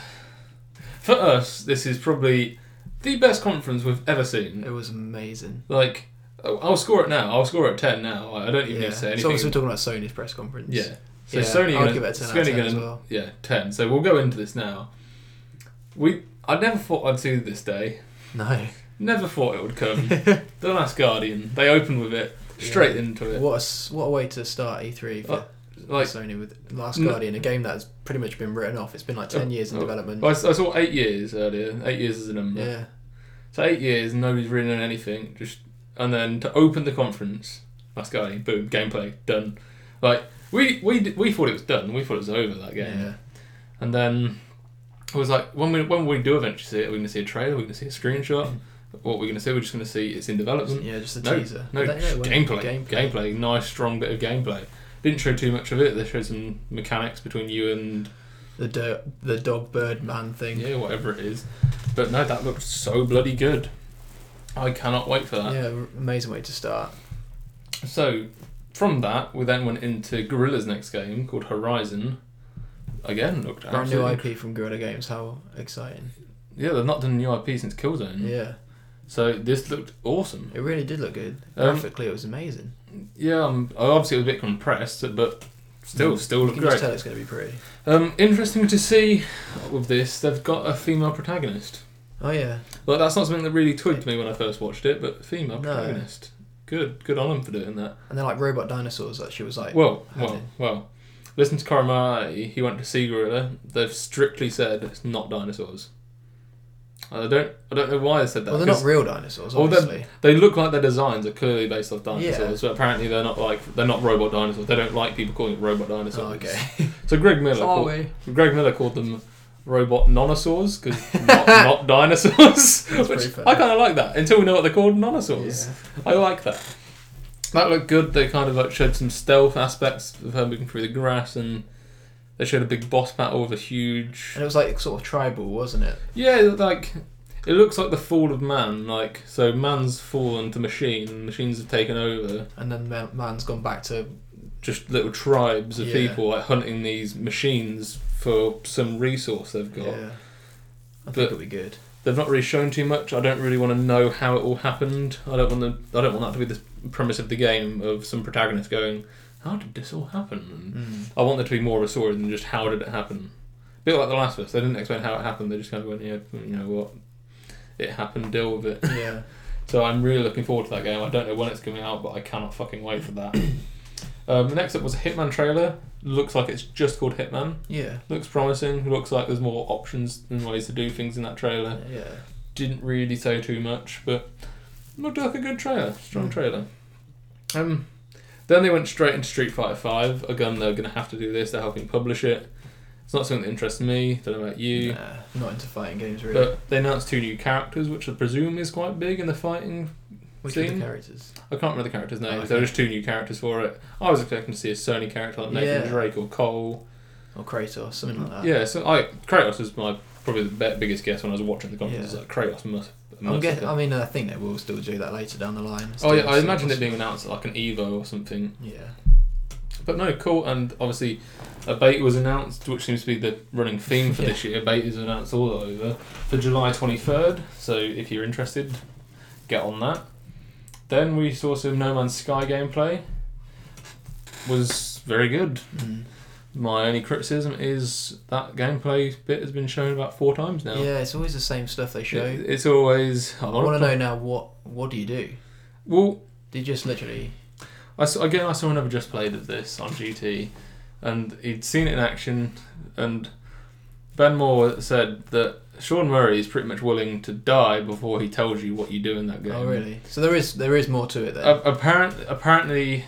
A: for us, this is probably the best conference we've ever
B: It
A: seen.
B: was amazing.
A: Like I- I'll score it now. I'll score it ten now. I I don't even
B: yeah.
A: need to say
B: So obviously
A: anything.
B: we're talking about Sony's press conference.
A: yeah. So
B: Yeah,
A: Sony,
B: I'd
A: gonna,
B: give it a 10 out of
A: Sony
B: 10 as
A: gonna-
B: well.
A: yeah, ten. So we'll go into this now. We I never thought I'd see this day.
B: No.
A: Never thought it would come. the Last Guardian. They opened with it straight into it.
B: What a, s- what a way to start E3 for
A: Uh, Like
B: Sony with Last
A: No.
B: Guardian, a game that has pretty much been written off. It's been like 10 years in
A: Oh,
B: development.
A: I, s- I saw eight years earlier. Eight years is a number.
B: yeah.
A: So eight years, nobody's really known anything. Just and then to open the conference, Last Guardian. Boom, gameplay done. Like we we d- we thought it was done. We thought it was over that game.
B: Yeah.
A: And then I was like, when we when we do eventually see it, are we going to see a trailer? Are we going to see a screenshot? What we're going to see? We're just going to see it's in development.
B: Mm. Yeah, just a
A: No,
B: teaser.
A: No,
B: But
A: just
B: it went-
A: gameplay, gameplay, Nice, strong bit of gameplay. Didn't show too much of it. They showed some mechanics between you and
B: The, do- the dog bird man thing.
A: yeah, whatever it is. But no, that looked so bloody good. I cannot wait for that.
B: Yeah, r- amazing way to start.
A: So, from that, we then went into Gorilla's next game called Horizon. Again, looked
B: Brand new
A: absolutely-
B: IP from Guerrilla Games. How exciting.
A: Yeah, they've not done a new IP since Killzone.
B: Yeah,
A: So this looked awesome.
B: it really did look good.
A: Um,
B: Graphically, it was amazing.
A: Yeah, um, obviously it was a bit compressed, but still,
B: Mm.
A: still
B: You
A: looked
B: can just
A: great.
B: tell it's going to be pretty.
A: Um, interesting to see with this, they've got a female protagonist.
B: Oh, yeah.
A: Like that's not something that really twigged me when I first watched it, but female
B: No.
A: protagonist. Good, good on them for doing that.
B: And they're like robot dinosaurs that she was like.
A: Well,
B: I
A: well,
B: did.
A: well. Listen to Karamai. He went to see Gorilla. They've strictly said it's not dinosaurs. I don't I don't know why they said that.
B: Well, they're
A: 'cause-
B: not real dinosaurs,
A: Well, they're-
B: obviously.
A: They look like their designs are clearly based off dinosaurs,
B: Yeah.
A: but apparently they're not like they're not robot dinosaurs. They don't like people calling it robot dinosaurs.
B: Oh, okay.
A: So Greg Miller, called,
C: Sorry.
A: Greg Miller called them robot nonosaurs because not, not dinosaurs.
B: pretty
A: which
B: fair.
A: I kind of like that until we know what they're called nonosaurs.
B: Yeah.
A: I like that. That looked good. They kind of like showed some stealth aspects of her moving through the grass, and they showed a big boss battle with a huge.
B: And it was like sort of tribal, wasn't it?
A: Yeah, like it looks like the fall of man. Like so, man's fallen to machine, and machines have taken over.
B: And then man- man's gone back to
A: Just little tribes of
B: Yeah.
A: people like hunting these machines for some resource they've got.
B: yeah. I
A: But-
B: think it'll be good.
A: They've not really shown too much. I don't really want to know how it all happened. I don't want to. I don't want that to be the premise of the game of some protagonist going, "How did this all happen?" And
B: Mm.
A: I want there to be more of a story than just how did it happen. A bit like The Last of Us, they didn't explain how it happened. They just kind of went, "Yeah, you know what, it happened. Deal with it."
B: Yeah.
A: So I'm really looking forward to that game. I don't know when it's coming out, but I cannot fucking wait for that. um, next up was a Hitman trailer. Looks like it's just called Hitman.
B: Yeah.
A: Looks promising. Looks like there's more options and ways to do things in that trailer.
B: Yeah.
A: Didn't really say too much, but looked like a good trailer. Strong
B: Mm.
A: trailer. Um, then they went straight into Street Fighter Five. Again, they're going to have to do this. They're helping publish it. It's not something that interests me. Don't know about you.
B: Nah, not into fighting games really.
A: But they announced two new characters, which I presume is quite big in the fighting
B: Which are the
A: seen-
B: characters?
A: I can't remember the characters' names.
B: okay.
A: There were just two new characters for it. I was expecting to see a Sony character like Nathan
B: Yeah.
A: Drake or Cole.
B: Or Kratos, something like that.
A: yeah, so I Kratos was my probably the be- biggest guess when I was watching the conference.
B: Yeah.
A: Like Kratos must.
B: I'm
A: must
B: guess- I mean, I think they will still do that later down the line.
A: oh yeah,
B: Still,
A: I
B: so
A: imagine it
B: it's-
A: being announced at like an Evo or something.
B: Yeah.
A: But no, cool. And obviously, a bait was announced, which seems to be the running theme for
B: Yeah.
A: this year. Bait is announced all over for July 23rd. So if you're interested, get on that. Then we saw some No Man's Sky gameplay. Was very good.
B: Mm.
A: My only criticism is that gameplay bit has been shown about four times now.
B: Mm. Yeah, it's always the same stuff they show.
A: It- it's always. I
B: I want
A: wanna
B: to
A: play-
B: know now what what do you do?
A: Well,
B: Do you just literally?
A: I s again, I saw another just played of this on GT, and he'd seen it in action. And Ben Moore said that Sean Murray is pretty much willing to die before he tells you what you do in that game.
B: Oh really? So there is there is more to it then.
A: A- apparent, apparently,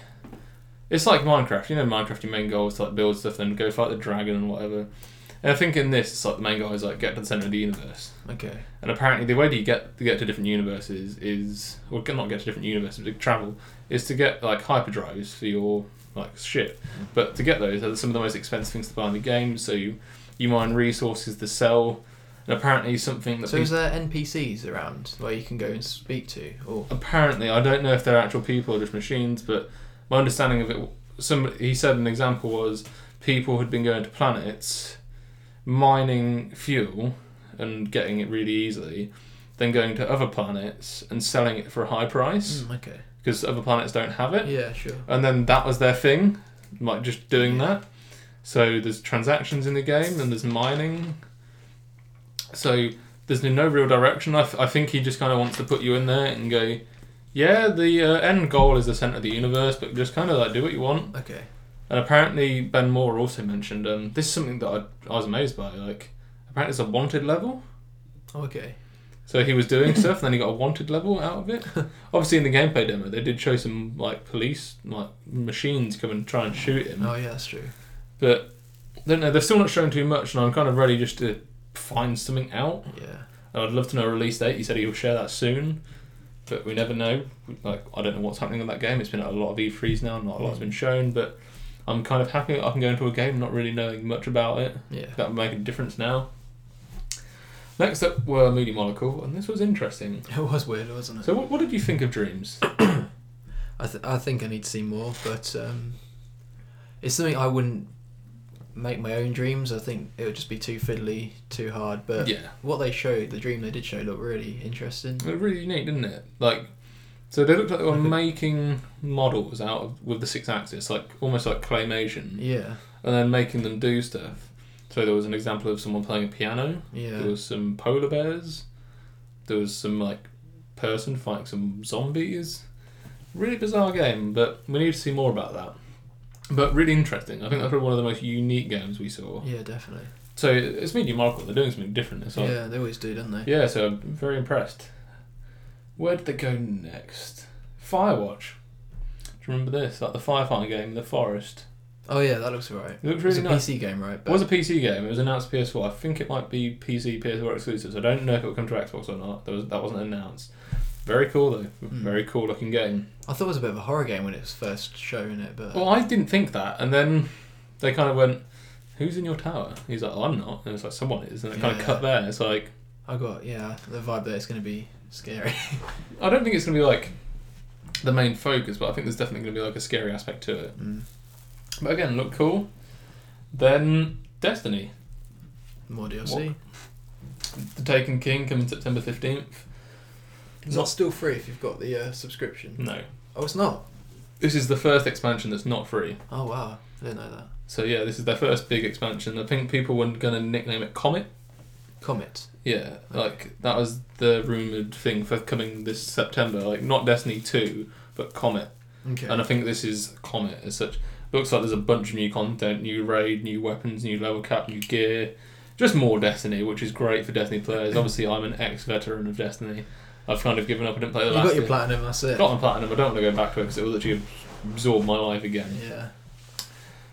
A: it's like Minecraft. You know, Minecraft. Your main goal is to like build stuff, then go fight the dragon and whatever. And I think in this, it's like the main goal is like get to the center of the universe.
B: okay.
A: And apparently, the way that you get to get to different universes is, or get- not get to different universes, but travel is to get like hyperdrives for your like ship. But to get those, are some of the most expensive things to buy in the game. So you, you mine resources to sell, and apparently something that
B: So
A: peop-
B: is there NPCs around where you can go and speak to? Or
A: apparently I don't know if they're actual people or just machines, but my understanding of it, some he said an example was people had been going to planets, mining fuel and getting it really easily, then going to other planets and selling it for a high price
B: Mm, okay.
A: because other planets don't have it,
B: Yeah, sure.
A: and then that was their thing, like just doing
B: Yeah.
A: that. So there's transactions in the game and there's mining. So there's no real direction. I, th- I think he just kind of wants to put you in there and go, yeah, the uh, end goal is the center of the universe, but just kind of like do what you want.
B: Okay.
A: And apparently Ben Moore also mentioned um, this is something that I, I was amazed by. Like apparently it's a wanted level.
B: Oh, okay.
A: So he was doing stuff, and then he got a wanted level out of it. Obviously, in the gameplay demo, they did show some like police, like machines come and try and shoot him.
B: Oh yeah, that's true.
A: But I don't know. They've still not shown too much, and I'm kind of ready just to find something out.
B: Yeah.
A: And I'd love to know a release date. He said he'll share that soon, but we never know. Like I don't know what's happening in that game. It's been at a lot of E3s now, not a lot's been shown. But I'm kind of happy that I can go into a game not really knowing much about it.
B: Yeah.
A: That would make a difference now. Next up were Moody Molecule, and this was interesting.
B: It was weird, wasn't it?
A: So, what, what did you think of Dreams?
B: I, th- I think I need to see more, but um, it's something I wouldn't make my own dreams. I think it would just be too fiddly, too hard. But
A: yeah,
B: what they showed, the dream they did show, looked really interesting.
A: it was really unique, didn't it? Like, so they looked like they were
B: Okay.
A: making models out of with the six axis, like almost like claymation,
B: Yeah,
A: and then making them do stuff. So there was an example of someone playing a piano.
B: yeah,
A: There was some polar bears. There was some like person fighting some zombies. Really bizarre game, but we need to see more about that. But really interesting. I think that's probably one of the most unique games we saw.
B: yeah, definitely.
A: So it's Media Market. They're doing something different as well.
B: yeah, they always do, don't they?
A: Yeah, so I'm very impressed. Where did they go next? Firewatch. Do you remember this? Like the firefighting game, The Forest.
B: Oh yeah, that looks alright.
A: It looked
B: It's
A: really
B: a
A: nice.
B: PC game, right?
A: It was a PC game. It was announced PS4. I think it might be PC PS4 exclusive. So I don't know if it will come to Xbox or not. There was, that wasn't announced. Very cool though.
B: Mm.
A: Very cool looking game.
B: I thought it was a bit of a horror game when it was first shown. It, but
A: Well, I didn't think that, and then they kind of went, "Who's in your tower?" He's like, oh, "I'm not," and it's like, "Someone is," and it kind
B: Yeah.
A: of cut there. It's like,
B: I got yeah the vibe that it's going to be scary.
A: I don't think it's gonna be like the main focus, but I think there's definitely gonna be like a scary aspect to it.
B: mm.
A: But again, look cool. Then Destiny,
B: More DLC.
A: The Taken King, coming September fifteenth.
B: Is that still free if you've got the uh, subscription?
A: No,
B: Oh, it's not.
A: this is the first expansion that's not free.
B: Oh wow, I didn't know that.
A: So yeah, this is their first big expansion. I think people were going to nickname it Comet.
B: Comet.
A: Yeah, like that was the rumored thing for coming this September. Like not Destiny two, but Comet.
B: Okay.
A: And I think this is Comet as such. Looks like there's a bunch of new content, new raid, new weapons, new level cap, new gear, just more Destiny, which is great for Destiny players. Obviously, I'm an ex-veteran of Destiny. I've kind of given up. I didn't play the
B: you
A: last.
B: got your
A: bit.
B: platinum. That's it.
A: Got my platinum. I don't want to go back to it because it will literally absorb my life again.
B: Yeah.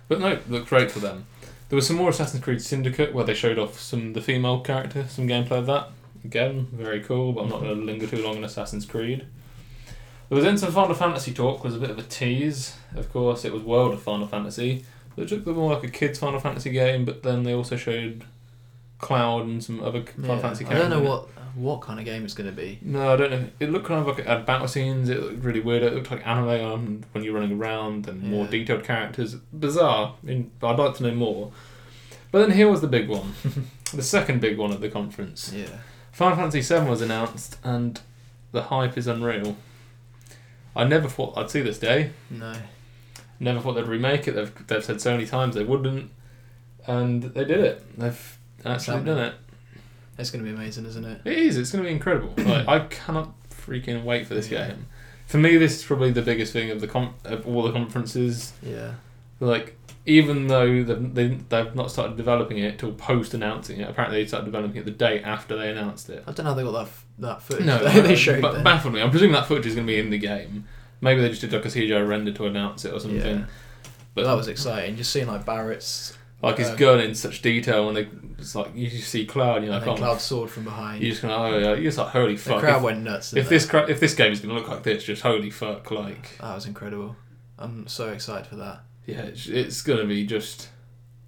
A: But no, it looked great for them. There was some more Assassin's Creed Syndicate where they showed off some the female character, some gameplay of that. Again, very cool, but I'm not going to linger too long on Assassin's Creed. There was then some Final Fantasy talk, was a bit of a tease. Of course, it was World of Final Fantasy. It looked more like a kids' Final Fantasy game, but then they also showed Cloud and some other Final
B: Yeah.
A: Fantasy
B: I
A: characters.
B: don't know
A: in it.
B: what what kind of game it's going to be.
A: No, I don't know. It looked kind of like it had battle scenes. It looked really weird. It looked like anime on when you're running around and more
B: Yeah.
A: detailed characters. Bizarre. I mean, I'd like to know more. But then here was the big one, the second big one at the conference.
B: Yeah.
A: Final Fantasy VII was announced, and the hype is unreal. I never thought I'd see this day.
B: No.
A: Never thought they'd remake it. They've, they've said so many times they wouldn't, and they did it. They've actually
B: Done
A: done it.
B: It's going to be amazing, isn't it?
A: It is. It's going to be incredible. Like I cannot freaking wait for this
B: Yeah.
A: game. For me, this is probably the biggest thing of the com- of all the conferences.
B: Yeah.
A: Like even though the- they they've not started developing it till post announcing it. Apparently, they started developing it the day after they announced it.
B: I don't know how they got that f- that footage.
A: No,
B: that they
A: but-
B: showed.
A: But
B: there.
A: bafflingly, I'm presuming that footage is going to be in the game. Maybe they just did like a CGI render to announce it or something.
B: Yeah.
A: But
B: that was exciting. Just seeing like Barrett's
A: like his
B: um,
A: gun in such detail, and they it's like you just see Cloud, and you're
B: and
A: like,
B: then
A: oh,
B: Cloud sword from behind.
A: you're just gonna, oh, yeah. you're just like, holy
B: the
A: fuck!
B: crowd
A: if-
B: went nuts. didn't
A: if
B: they?
A: this cra- if this game is gonna look like this, just holy fuck, like
B: that was incredible. I'm so excited for that.
A: yeah, it's, it's gonna be just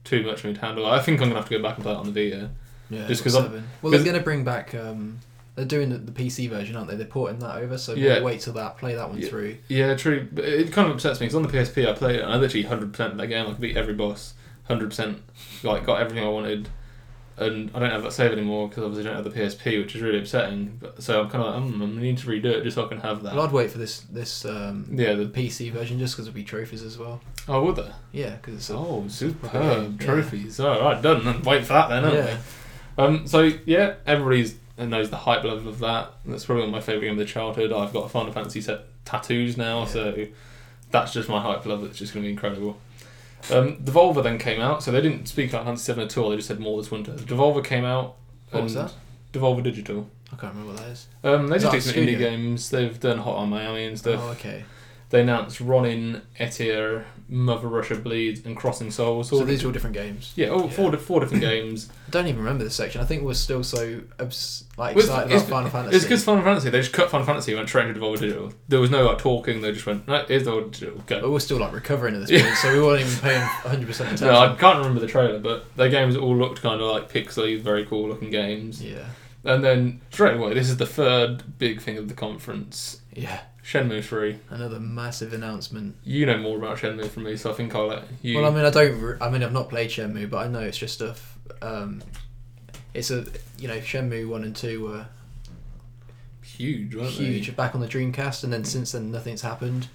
A: too much for me to handle. I think I'm gonna have to go back and play it on the Vita.
B: Yeah.
A: Just
B: it's
A: 'cause I'm-
B: got seven. well, they're
A: 'cause-
B: going to bring back. um They're doing the, the PC version, aren't they? They're porting that over. So
A: Yeah.
B: we'll wait till that. Play that one
A: Yeah.
B: through.
A: Yeah, true. But it kind of upsets me because on the PSP I played it and I literally 100 percent that game. I could beat every boss, 100 percent, like got everything I wanted, and I don't have that save anymore because obviously I don't have the PSP, which is really upsetting. But, so I'm kind of like, mm, I need to redo it just so I can have that.
B: Well, I'd wait for this this um
A: yeah,
B: the
A: the
B: PC version just because there'll be trophies as well.
A: oh, would there?
B: Yeah, because it's a,
A: Oh,
B: Okay,
A: superb
B: yeah.
A: trophies! All right, done. Then wait for that then. aren't we?
B: yeah.
A: Um, so yeah, everybody's knows the hype level of that. That's probably one of my favourite games of childhood. I've got Final Fantasy set tattoos now,
B: Yeah.
A: so that's just my hype level. It's just going to be incredible. Um, Devolver then came out, so they didn't speak about Fantasy Seven at all. They just said more this winter. Devolver came out.
B: What was
A: and
B: that?
A: Devolver Digital.
B: I can't remember what that is.
A: Um, they
B: Is
A: just
B: that
A: do some
B: a studio?
A: indie games. They've done Hot on Miami and stuff.
B: Oh, okay.
A: They announced Ronin, Etir, Mother Russia Bleeds, and Crossing Souls.
B: So these are all different games.
A: yeah, all four di- four different games.
B: I don't even remember this section. I think we're still so obs- like
A: Well,
B: excited
A: it's-
B: about Final Fantasy.
A: It's because Final Fantasy. They just cut Final Fantasy and went straight into Devolver Digital. There was no like talking. They just went, no, here's Devolver Digital. Go.
B: But we're still like recovering at this point, so we weren't even paying 100 percent attention.
A: No, I can't remember the trailer, but their games all looked kind of like pixely, very cool looking games.
B: yeah,
A: And then straight away, this is the third big thing of the conference.
B: yeah.
A: Shenmue 3.
B: Another massive announcement.
A: You know more about Shenmue from me, so I think I'll let you.
B: Well, I mean, I don't. Re- I mean, I've not played Shenmue, but I know it's just a. f- Um, it's a you know Shenmue one and two were
A: huge, weren't
B: huge
A: they?
B: back on the Dreamcast, and then since then nothing's happened.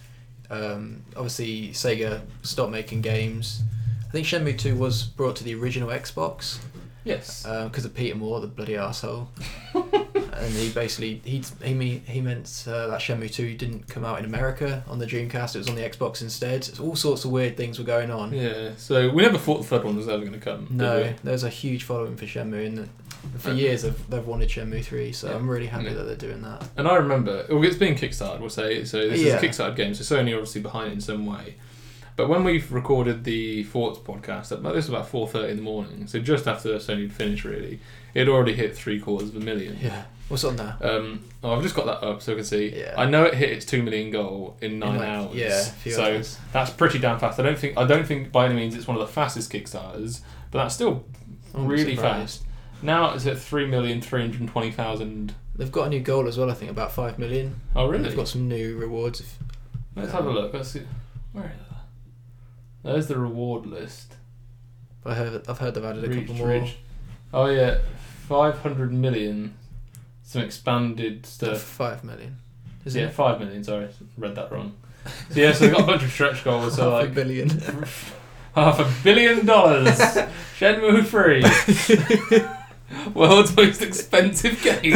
B: Um, obviously, Sega stopped making games. I think Shenmue two was brought to the original Xbox. uh,
A: Yes.
B: because of Peter Moore, the bloody asshole. and he basically he he me- he meant uh, that Shenmue Two didn't come out in America on the Dreamcast. It was on the Xbox instead. So all sorts of weird things were going on.
A: Yeah, so we never thought the third one was ever going to come. did we?
B: No, there's a huge following for Shenmue, and for
A: Um,
B: years they've, they've wanted Shenmue three. So
A: Yeah.
B: I'm really happy
A: Yeah.
B: that they're doing that.
A: And I remember, well, it's being Kickstarted, we'll say. So this
B: Yeah.
A: is a Kickstarted game, so Sony are obviously behind it in some way. But when we recorded the Forts podcast, at- this was about four thirty in the morning, so just after Sony had finished, really, it had already hit three quarters of a million.
B: Yeah. What's on now?
A: Um, oh, I've just got that up so I can see.
B: Yeah.
A: I know it hit its two million goal in nine
B: In like-
A: hours.
B: Yeah. A few
A: so
B: hours.
A: that's pretty damn fast. I don't think I don't think by any means it's one of the fastest Kickstarters, but that's still
B: I'm
A: really
B: surprised.
A: fast. Now it's at three million three hundred twenty thousand.
B: They've got a new goal as well. I think about five million.
A: Oh
B: And
A: really?
B: They've got some new rewards. If,
A: Let's have a look. Let's see. Where is that? There's the reward list.
B: I heard, I've heard they've added a
A: Reached,
B: couple more.
A: reached. Oh yeah, five hundred million. Some expanded
B: They're
A: stuff.
B: Five million. Is
A: yeah,
B: it?
A: five million. Sorry, read that wrong. So yeah, so they've got a bunch of stretch goals. So
B: Half a
A: like
B: billion.
A: half a billion dollars. Shenmue three. World's most expensive game.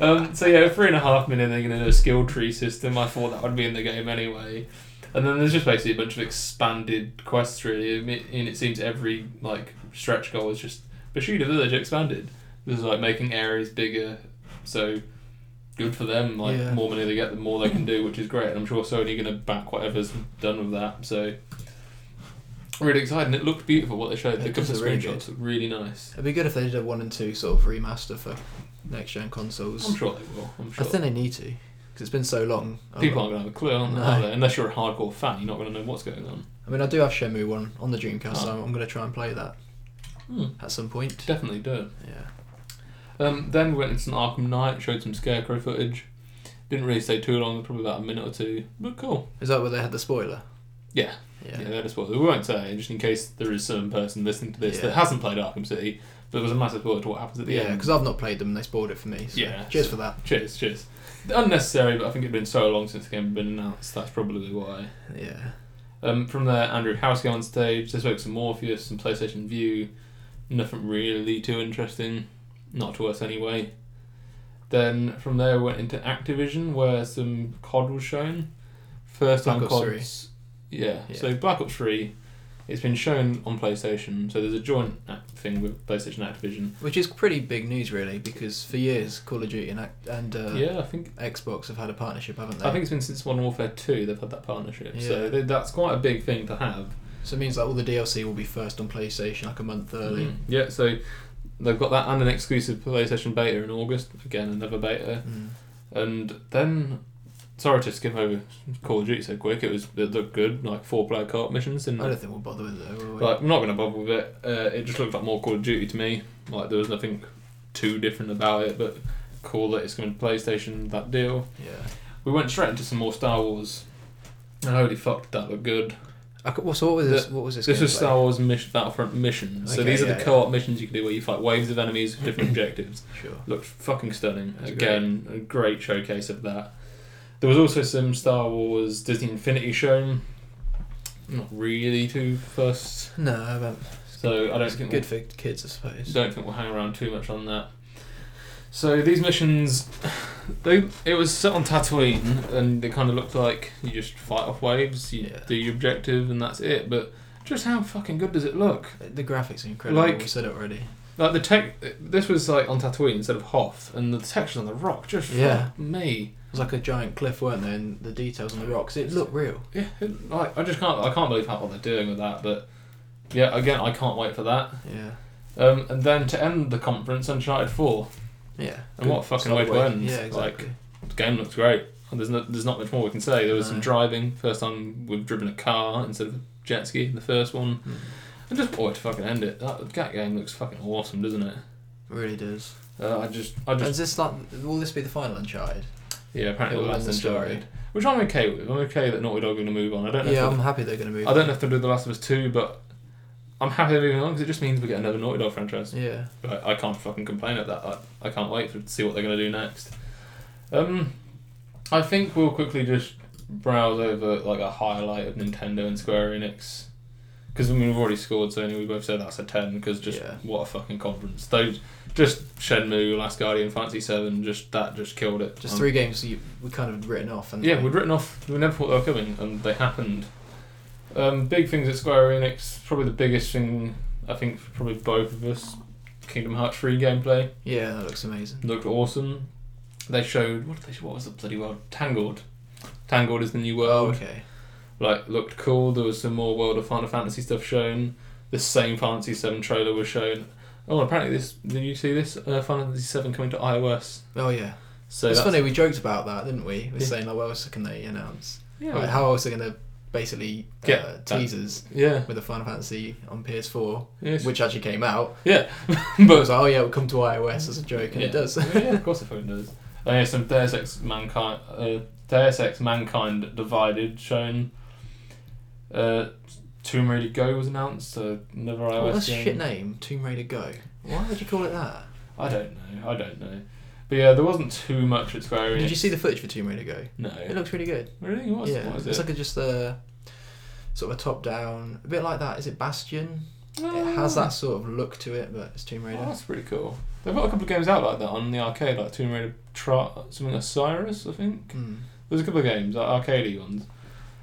A: um, so yeah, three and a half million. They're going to do a skill tree system. I thought that would be in the game anyway. And then there's just basically a bunch of expanded quests really. I mean, And it seems every like stretch goal is just Bushido Village expanded. This is like making areas bigger. So good for them. Like
B: Yeah.
A: more money they get, the more they can do, which is great. And I'm sure Sony going to back whatever's done with that. So really exciting. It looked beautiful what they showed.
B: It
A: The couple of
B: does look really
A: screenshots look really nice.
B: It'd be good if they did a one and two sort of remaster for next gen consoles.
A: I'm sure they will. I'm
B: I
A: sure.
B: think they need to because it's been so long.
A: People aren't going to have a clue, on
B: No.
A: that, are they? Unless you're a hardcore fan, you're not going to know what's going on.
B: I mean, I do have Shenmue one on the Dreamcast, so
A: Oh.
B: I'm, I'm going to try and play that
A: Hmm,
B: at some point.
A: definitely do.
B: Yeah.
A: Um, then we went into some Arkham Knight, showed some Scarecrow footage. Didn't really stay too long, probably about a minute or two, but cool.
B: Is that where they had the spoiler?
A: Yeah.
B: Yeah.
A: Yeah, that is what we won't say, just in case there is some person listening to this
B: Yeah.
A: that hasn't played Arkham City, but there was a massive spoiler to what happens at the
B: Yeah,
A: end.
B: because I've not played them and they spoiled it for me. So
A: Yeah,
B: Cheers
A: so-
B: for that.
A: Cheers, cheers. Unnecessary, but I think it'd been so long since the game had been announced, that's probably why.
B: Yeah.
A: Um, from there, Andrew House came on stage. They spoke some Morpheus, some PlayStation View. Nothing really too interesting, not to us anyway. Then from there, we went into Activision, where some COD was shown. First time
B: Black Ops
A: COD. Yeah.
B: Yeah.
A: So Black Ops Three, it's been shown on PlayStation. So there's a joint act- thing with PlayStation and Activision.
B: Which is pretty big news, really, because for years Call of Duty and Ac- and uh,
A: yeah, I think
B: Xbox have had a partnership, haven't they?
A: I think it's been since Modern Warfare Two they've had that partnership.
B: Yeah.
A: So they, that's quite a big thing to have.
B: so. It means that all the DLC will be first on PlayStation like a month early.
A: Mm. Yeah, so they've got that and an exclusive PlayStation beta in August. Again, another beta.
B: Mm.
A: And then, sorry to skip over Call of Duty so quick. It was it looked good, like four player co-op missions. Didn't
B: I don't
A: it?
B: think we'll bother with it. Though, will we?
A: Like, I'm not going to bother with it. Uh, it just looked like more Call of Duty to me. Like there was nothing too different about it, but cool that it's going to PlayStation. That deal.
B: yeah.
A: We went straight into some more Star Wars. And holy fuck, did that look good.
B: I cou- what- so what was this? What was this?
A: This was
B: gameplay?
A: Star Wars mission, Battlefront missions. so
B: Okay,
A: these are
B: yeah,
A: the
B: yeah.
A: co-op missions you can do where you fight waves of enemies with different objectives.
B: Sure.
A: Looked fucking stunning.
B: That's
A: Again, a great showcase of that. There was also some Star Wars Disney Infinity shown. Not really too fussed,
B: No, I haven't.
A: so I don't
B: It's
A: think
B: good for kids, I suppose.
A: we'll, don't think we'll hang around too much on that. So these missions, they it was set on Tatooine, and they kind of looked like you just fight off waves, you
B: Yeah.
A: do your objective, and that's it. But just how fucking good does it look?
B: The graphics are incredible.
A: Like-
B: we said it already.
A: Like the tech, this was like on Tatooine instead of Hoth, and the textures on the rock just
B: Yeah.
A: fucked me.
B: It was like a giant cliff, weren't there? And the details on the rocks, it looked real.
A: Yeah, it, like I just can't, I can't believe how what they're doing with that. But yeah, again, I can't wait for that.
B: Yeah.
A: Um, and then to end the conference, Uncharted Four.
B: Yeah.
A: And what a fucking way to
B: Solid
A: end,
B: Yeah, exactly.
A: The game looks great. And There's no, there's not much more we can say. There was some
B: No.
A: driving. First time we've driven a car instead of a jet ski. in The first one,
B: Mm.
A: and just what a way to fucking end it. That, that game looks fucking awesome, doesn't it?
B: Really does.
A: Uh, I just, I
B: And
A: just,
B: is this like, will this be the final Uncharted?
A: yeah. Apparently,
B: It'll
A: the
B: end
A: last
B: the story.
A: Uncharted, which I'm okay with. I'm okay that Naughty Dog are going to move on. I don't know. if
B: Yeah,
A: they'll-
B: I'm happy they're going to move.
A: I don't
B: on.
A: know if they'll do The Last of Us 2, but I'm happy they're moving on because it just means we get another Naughty Dog franchise.
B: Yeah.
A: I, I can't fucking complain at that. I, I can't wait for, to see what they're going to do next. Um, I think we'll quickly just browse over like a highlight of Nintendo and Square Enix. Because I mean, we've already scored Sony. We both said that's a ten. Because just
B: Yeah.
A: what a fucking conference. Those just Shenmue, Last Guardian, Fantasy Seven, just that just killed it.
B: Just
A: Um,
B: three games you, we kind of written off. And
A: Yeah, we'd written off. We never thought they were coming, and they happened. Um, big things at Square Enix. Probably the biggest thing I think for probably both of us. Kingdom Hearts three gameplay
B: yeah, that looks amazing.
A: looked awesome. They showed what did they show, what was the bloody world Tangled. Tangled is the new
B: Oh,
A: world.
B: okay.
A: Like looked cool. There was some more World of Final Fantasy stuff shown. The same Fantasy Seven trailer was shown. Oh, apparently this. Did you see this? Uh, Final Fantasy Seven coming to iOS.
B: Oh yeah.
A: So
B: it's
A: that's-
B: funny we joked about that, didn't we? We're
A: Yeah.
B: saying like, what else can they announce?
A: Yeah,
B: Like, how else are they going to basically uh,
A: Get that.
B: teasers
A: yeah,
B: with a Final Fantasy on PS4,
A: yes.
B: which actually came out.
A: yeah.
B: But it
A: but
B: was like, oh yeah, it'll come to iOS as a joke, and it does.
A: yeah, yeah, of course the phone does. Oh, yeah, some Deus Ex Mankind, uh, Deus Ex Mankind Divided shown. Uh, Tomb Raider Go was announced. Uh, another iOS
B: What a
A: game.
B: Oh, shit name, Tomb Raider Go. Why would you call it that?
A: I don't know. I don't know. But yeah, there wasn't too much at Square Enix.
B: Did you see the footage for Tomb Raider Go?
A: No.
B: It looks really good.
A: really? What was,
B: yeah,
A: what was
B: it's
A: it?
B: like a, just a sort of a top-down, a bit like that. Is it Bastion? It has
A: Oh,
B: that sort of look to it, but it's Tomb
A: oh,
B: Raider.
A: that's pretty cool. They've got a couple of games out like that on the arcade, like Tomb Raider, Tra- something Osiris, I think.
B: Mm.
A: There's a couple of games, like arcadey ones.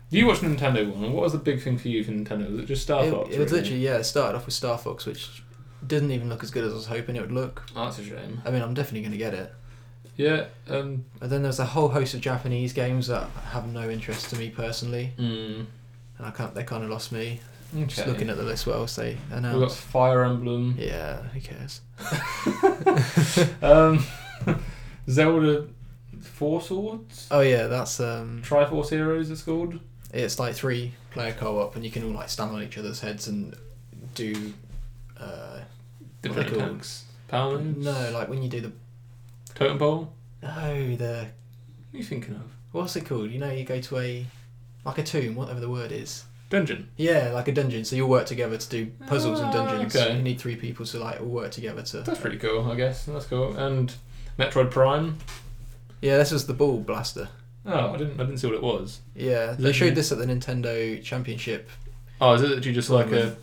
A: You watched the Nintendo one, and what was the big thing for you for Nintendo? Was it just Star
B: it,
A: Fox?
B: it was
A: really?
B: literally yeah. It started off with Star Fox, which didn't even look as good as I was hoping it would look.
A: Oh, that's a shame.
B: I mean, I'm definitely going to get it.
A: Yeah. Um.
B: But then there's a whole host of Japanese games that have no interest to me personally,
A: Mm,
B: and I can't. They kind of lost me.
A: okay.
B: Just looking at the list, what else they
A: We've got
B: announced?
A: Fire Emblem.
B: Yeah, who cares?
A: Um. Zelda, Four Swords.
B: Oh yeah, that's um,
A: Triforce Heroes, it's called.
B: it's like three player co-op, and you can all like stand on each other's heads and do. Uh, what are they
A: Different
B: called?
A: attacks. Pounds.
B: No, like when you do the
A: Totem Pole.
B: no the
A: What are you thinking of?
B: what's it called? You know, you go to a like a tomb, whatever the word is.
A: Dungeon.
B: Yeah, like a dungeon. So you work together to do puzzles and
A: Ah,
B: dungeons.
A: okay.
B: You need three people to like all work together to.
A: That's pretty cool, I guess. That's cool. And Metroid Prime.
B: Yeah, this was the ball blaster.
A: Oh, I didn't. I didn't see what it was.
B: Yeah, they
A: Let me-
B: showed this at the Nintendo Championship.
A: Oh, is it that you just like a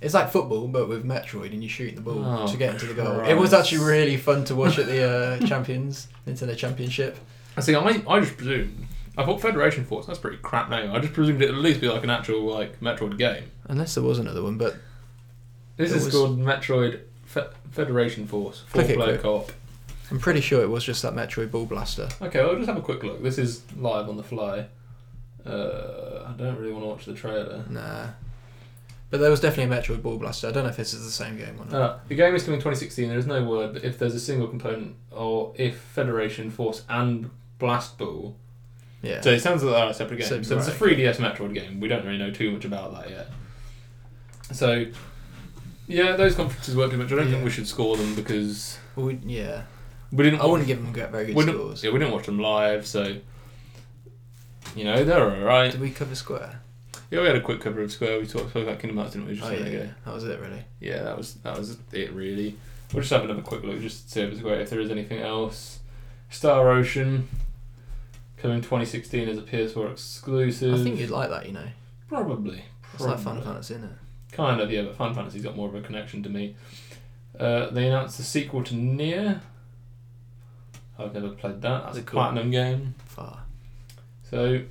B: It's like football, but with Metroid, and you shoot the ball
A: Oh,
B: to get into the goal.
A: Christ.
B: It was actually really fun to watch at the uh, Champions Nintendo Championship.
A: I uh, see. I, I just presumed. I thought Federation Force. That's a pretty crap name. I just presumed it'd at least be like an actual like Metroid game.
B: Unless there was another one, but
A: This
B: It
A: is
B: was-
A: called Metroid Fe- Federation Force four
B: Click it,
A: player
B: click.
A: co-op.
B: I'm pretty sure it was just that Metroid ball blaster.
A: Okay, well, I'll just have a quick look. This is live on the fly. Uh, I don't really want to watch the trailer.
B: Nah. uh, But there was definitely a Metroid ball blaster. I don't know if this is the same game or not.
A: Uh, the game is coming 2016. There is no word but if there's a single component or if Federation Force and Blast Ball.
B: yeah.
A: So it sounds like they're a separate game. So,
B: So-
A: it's a
B: right.
A: 3DS Metroid game. We don't really know too much about that yet. So, yeah, those conferences weren't too much. I don't think
B: Yeah.
A: we should score them because
B: Well, we- yeah.
A: we didn't.
B: I
A: watch-
B: wouldn't give them very good
A: we didn't-
B: scores.
A: Yeah, we didn't watch them live, so you know they're all right.
B: Did we cover Square?
A: Yeah, we had a quick cover of Square. We talked, spoke about Kingdom Hearts, didn't we? Just
B: Oh
A: a
B: yeah,
A: minute
B: yeah,
A: ago.
B: that was it really.
A: Yeah, that was that was it really. We'll just have another quick look, just to see if it's great. If there is anything else, Star Ocean coming 2016 as a PS4 exclusive.
B: I think you'd like that, you know.
A: probably.
B: It's like
A: probably.
B: Final Fantasy, isn't it?
A: Kind of, yeah, but Final Fantasy's got more of a connection to me. Uh, they announced the sequel to Nier. I've never played that. That's
B: Is
A: a
B: it cool?
A: platinum game.
B: Far.
A: So,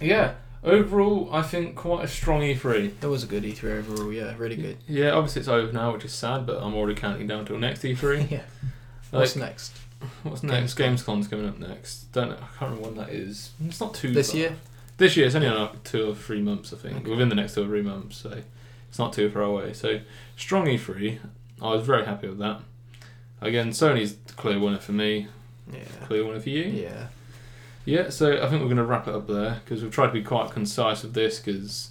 A: yeah, overall, I think quite a strong E3.
B: It was a good E3 overall, yeah, really good.
A: Yeah, obviously it's over now, which is sad, but I'm already counting down till next E E3.
B: yeah.
A: Like,
B: What's next?
A: what's next?
B: Gamescom.
A: Gamescom's coming up next. Don't know. I can't remember when that is. It's not too
B: This
A: far.
B: year?
A: This year, it's only like two or three months, I think,
B: Okay.
A: within the next two or three months, so it's not too far away. So, strong E3. I was very happy with that. Again, Sony's the clear winner for me,
B: Yeah.
A: clear winner for you.
B: Yeah.
A: Yeah, so I think we're going to wrap it up there because we've tried to be quite concise with this because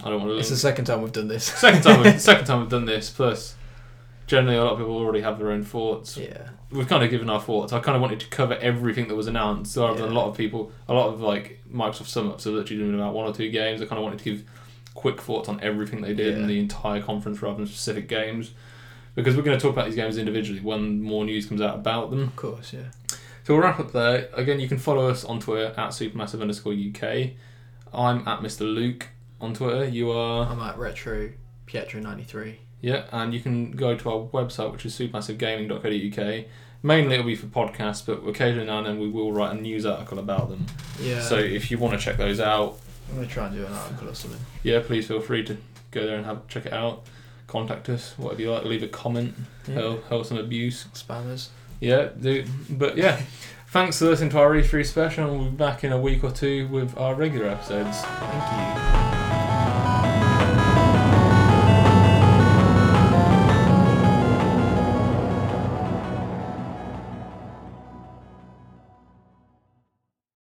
A: I don't want to.
B: It's the second time we've done this.
A: second time, we've, second time we've done this. Plus, generally, a lot of people already have their own thoughts.
B: Yeah.
A: We've kind of given our thoughts. I kind of wanted to cover everything that was announced, rather than a
B: Yeah.
A: lot of people, a lot of like Microsoft sum ups are literally doing about one or two games. I kind of wanted to give quick thoughts on everything they did
B: Yeah.
A: in the entire conference, rather than specific games. Because we're going to talk about these games individually when more news comes out about them.
B: Of course, yeah.
A: So we'll wrap up there. Again, you can follow us on Twitter at supermassive underscore UK. I'm at Mr. Luke on Twitter. You are.
B: I'm at Retro Pietro 93.
A: Yeah, and you can go to our website, which is supermassivegaming.co.uk. Mainly it'll be for podcasts, but occasionally now and then we will write a news article about them.
B: Yeah.
A: So if you want to check those out,
B: I'm gonna try and do an article or something.
A: yeah, please feel free to go there and have check it out. Contact us, whatever you like. Leave a comment, hurl, hurl some abuse.
B: Spammers.
A: Yeah, do, but yeah. Thanks for E listening to our E3 special, and we'll be back in a week or two with our regular episodes.
B: Thank you.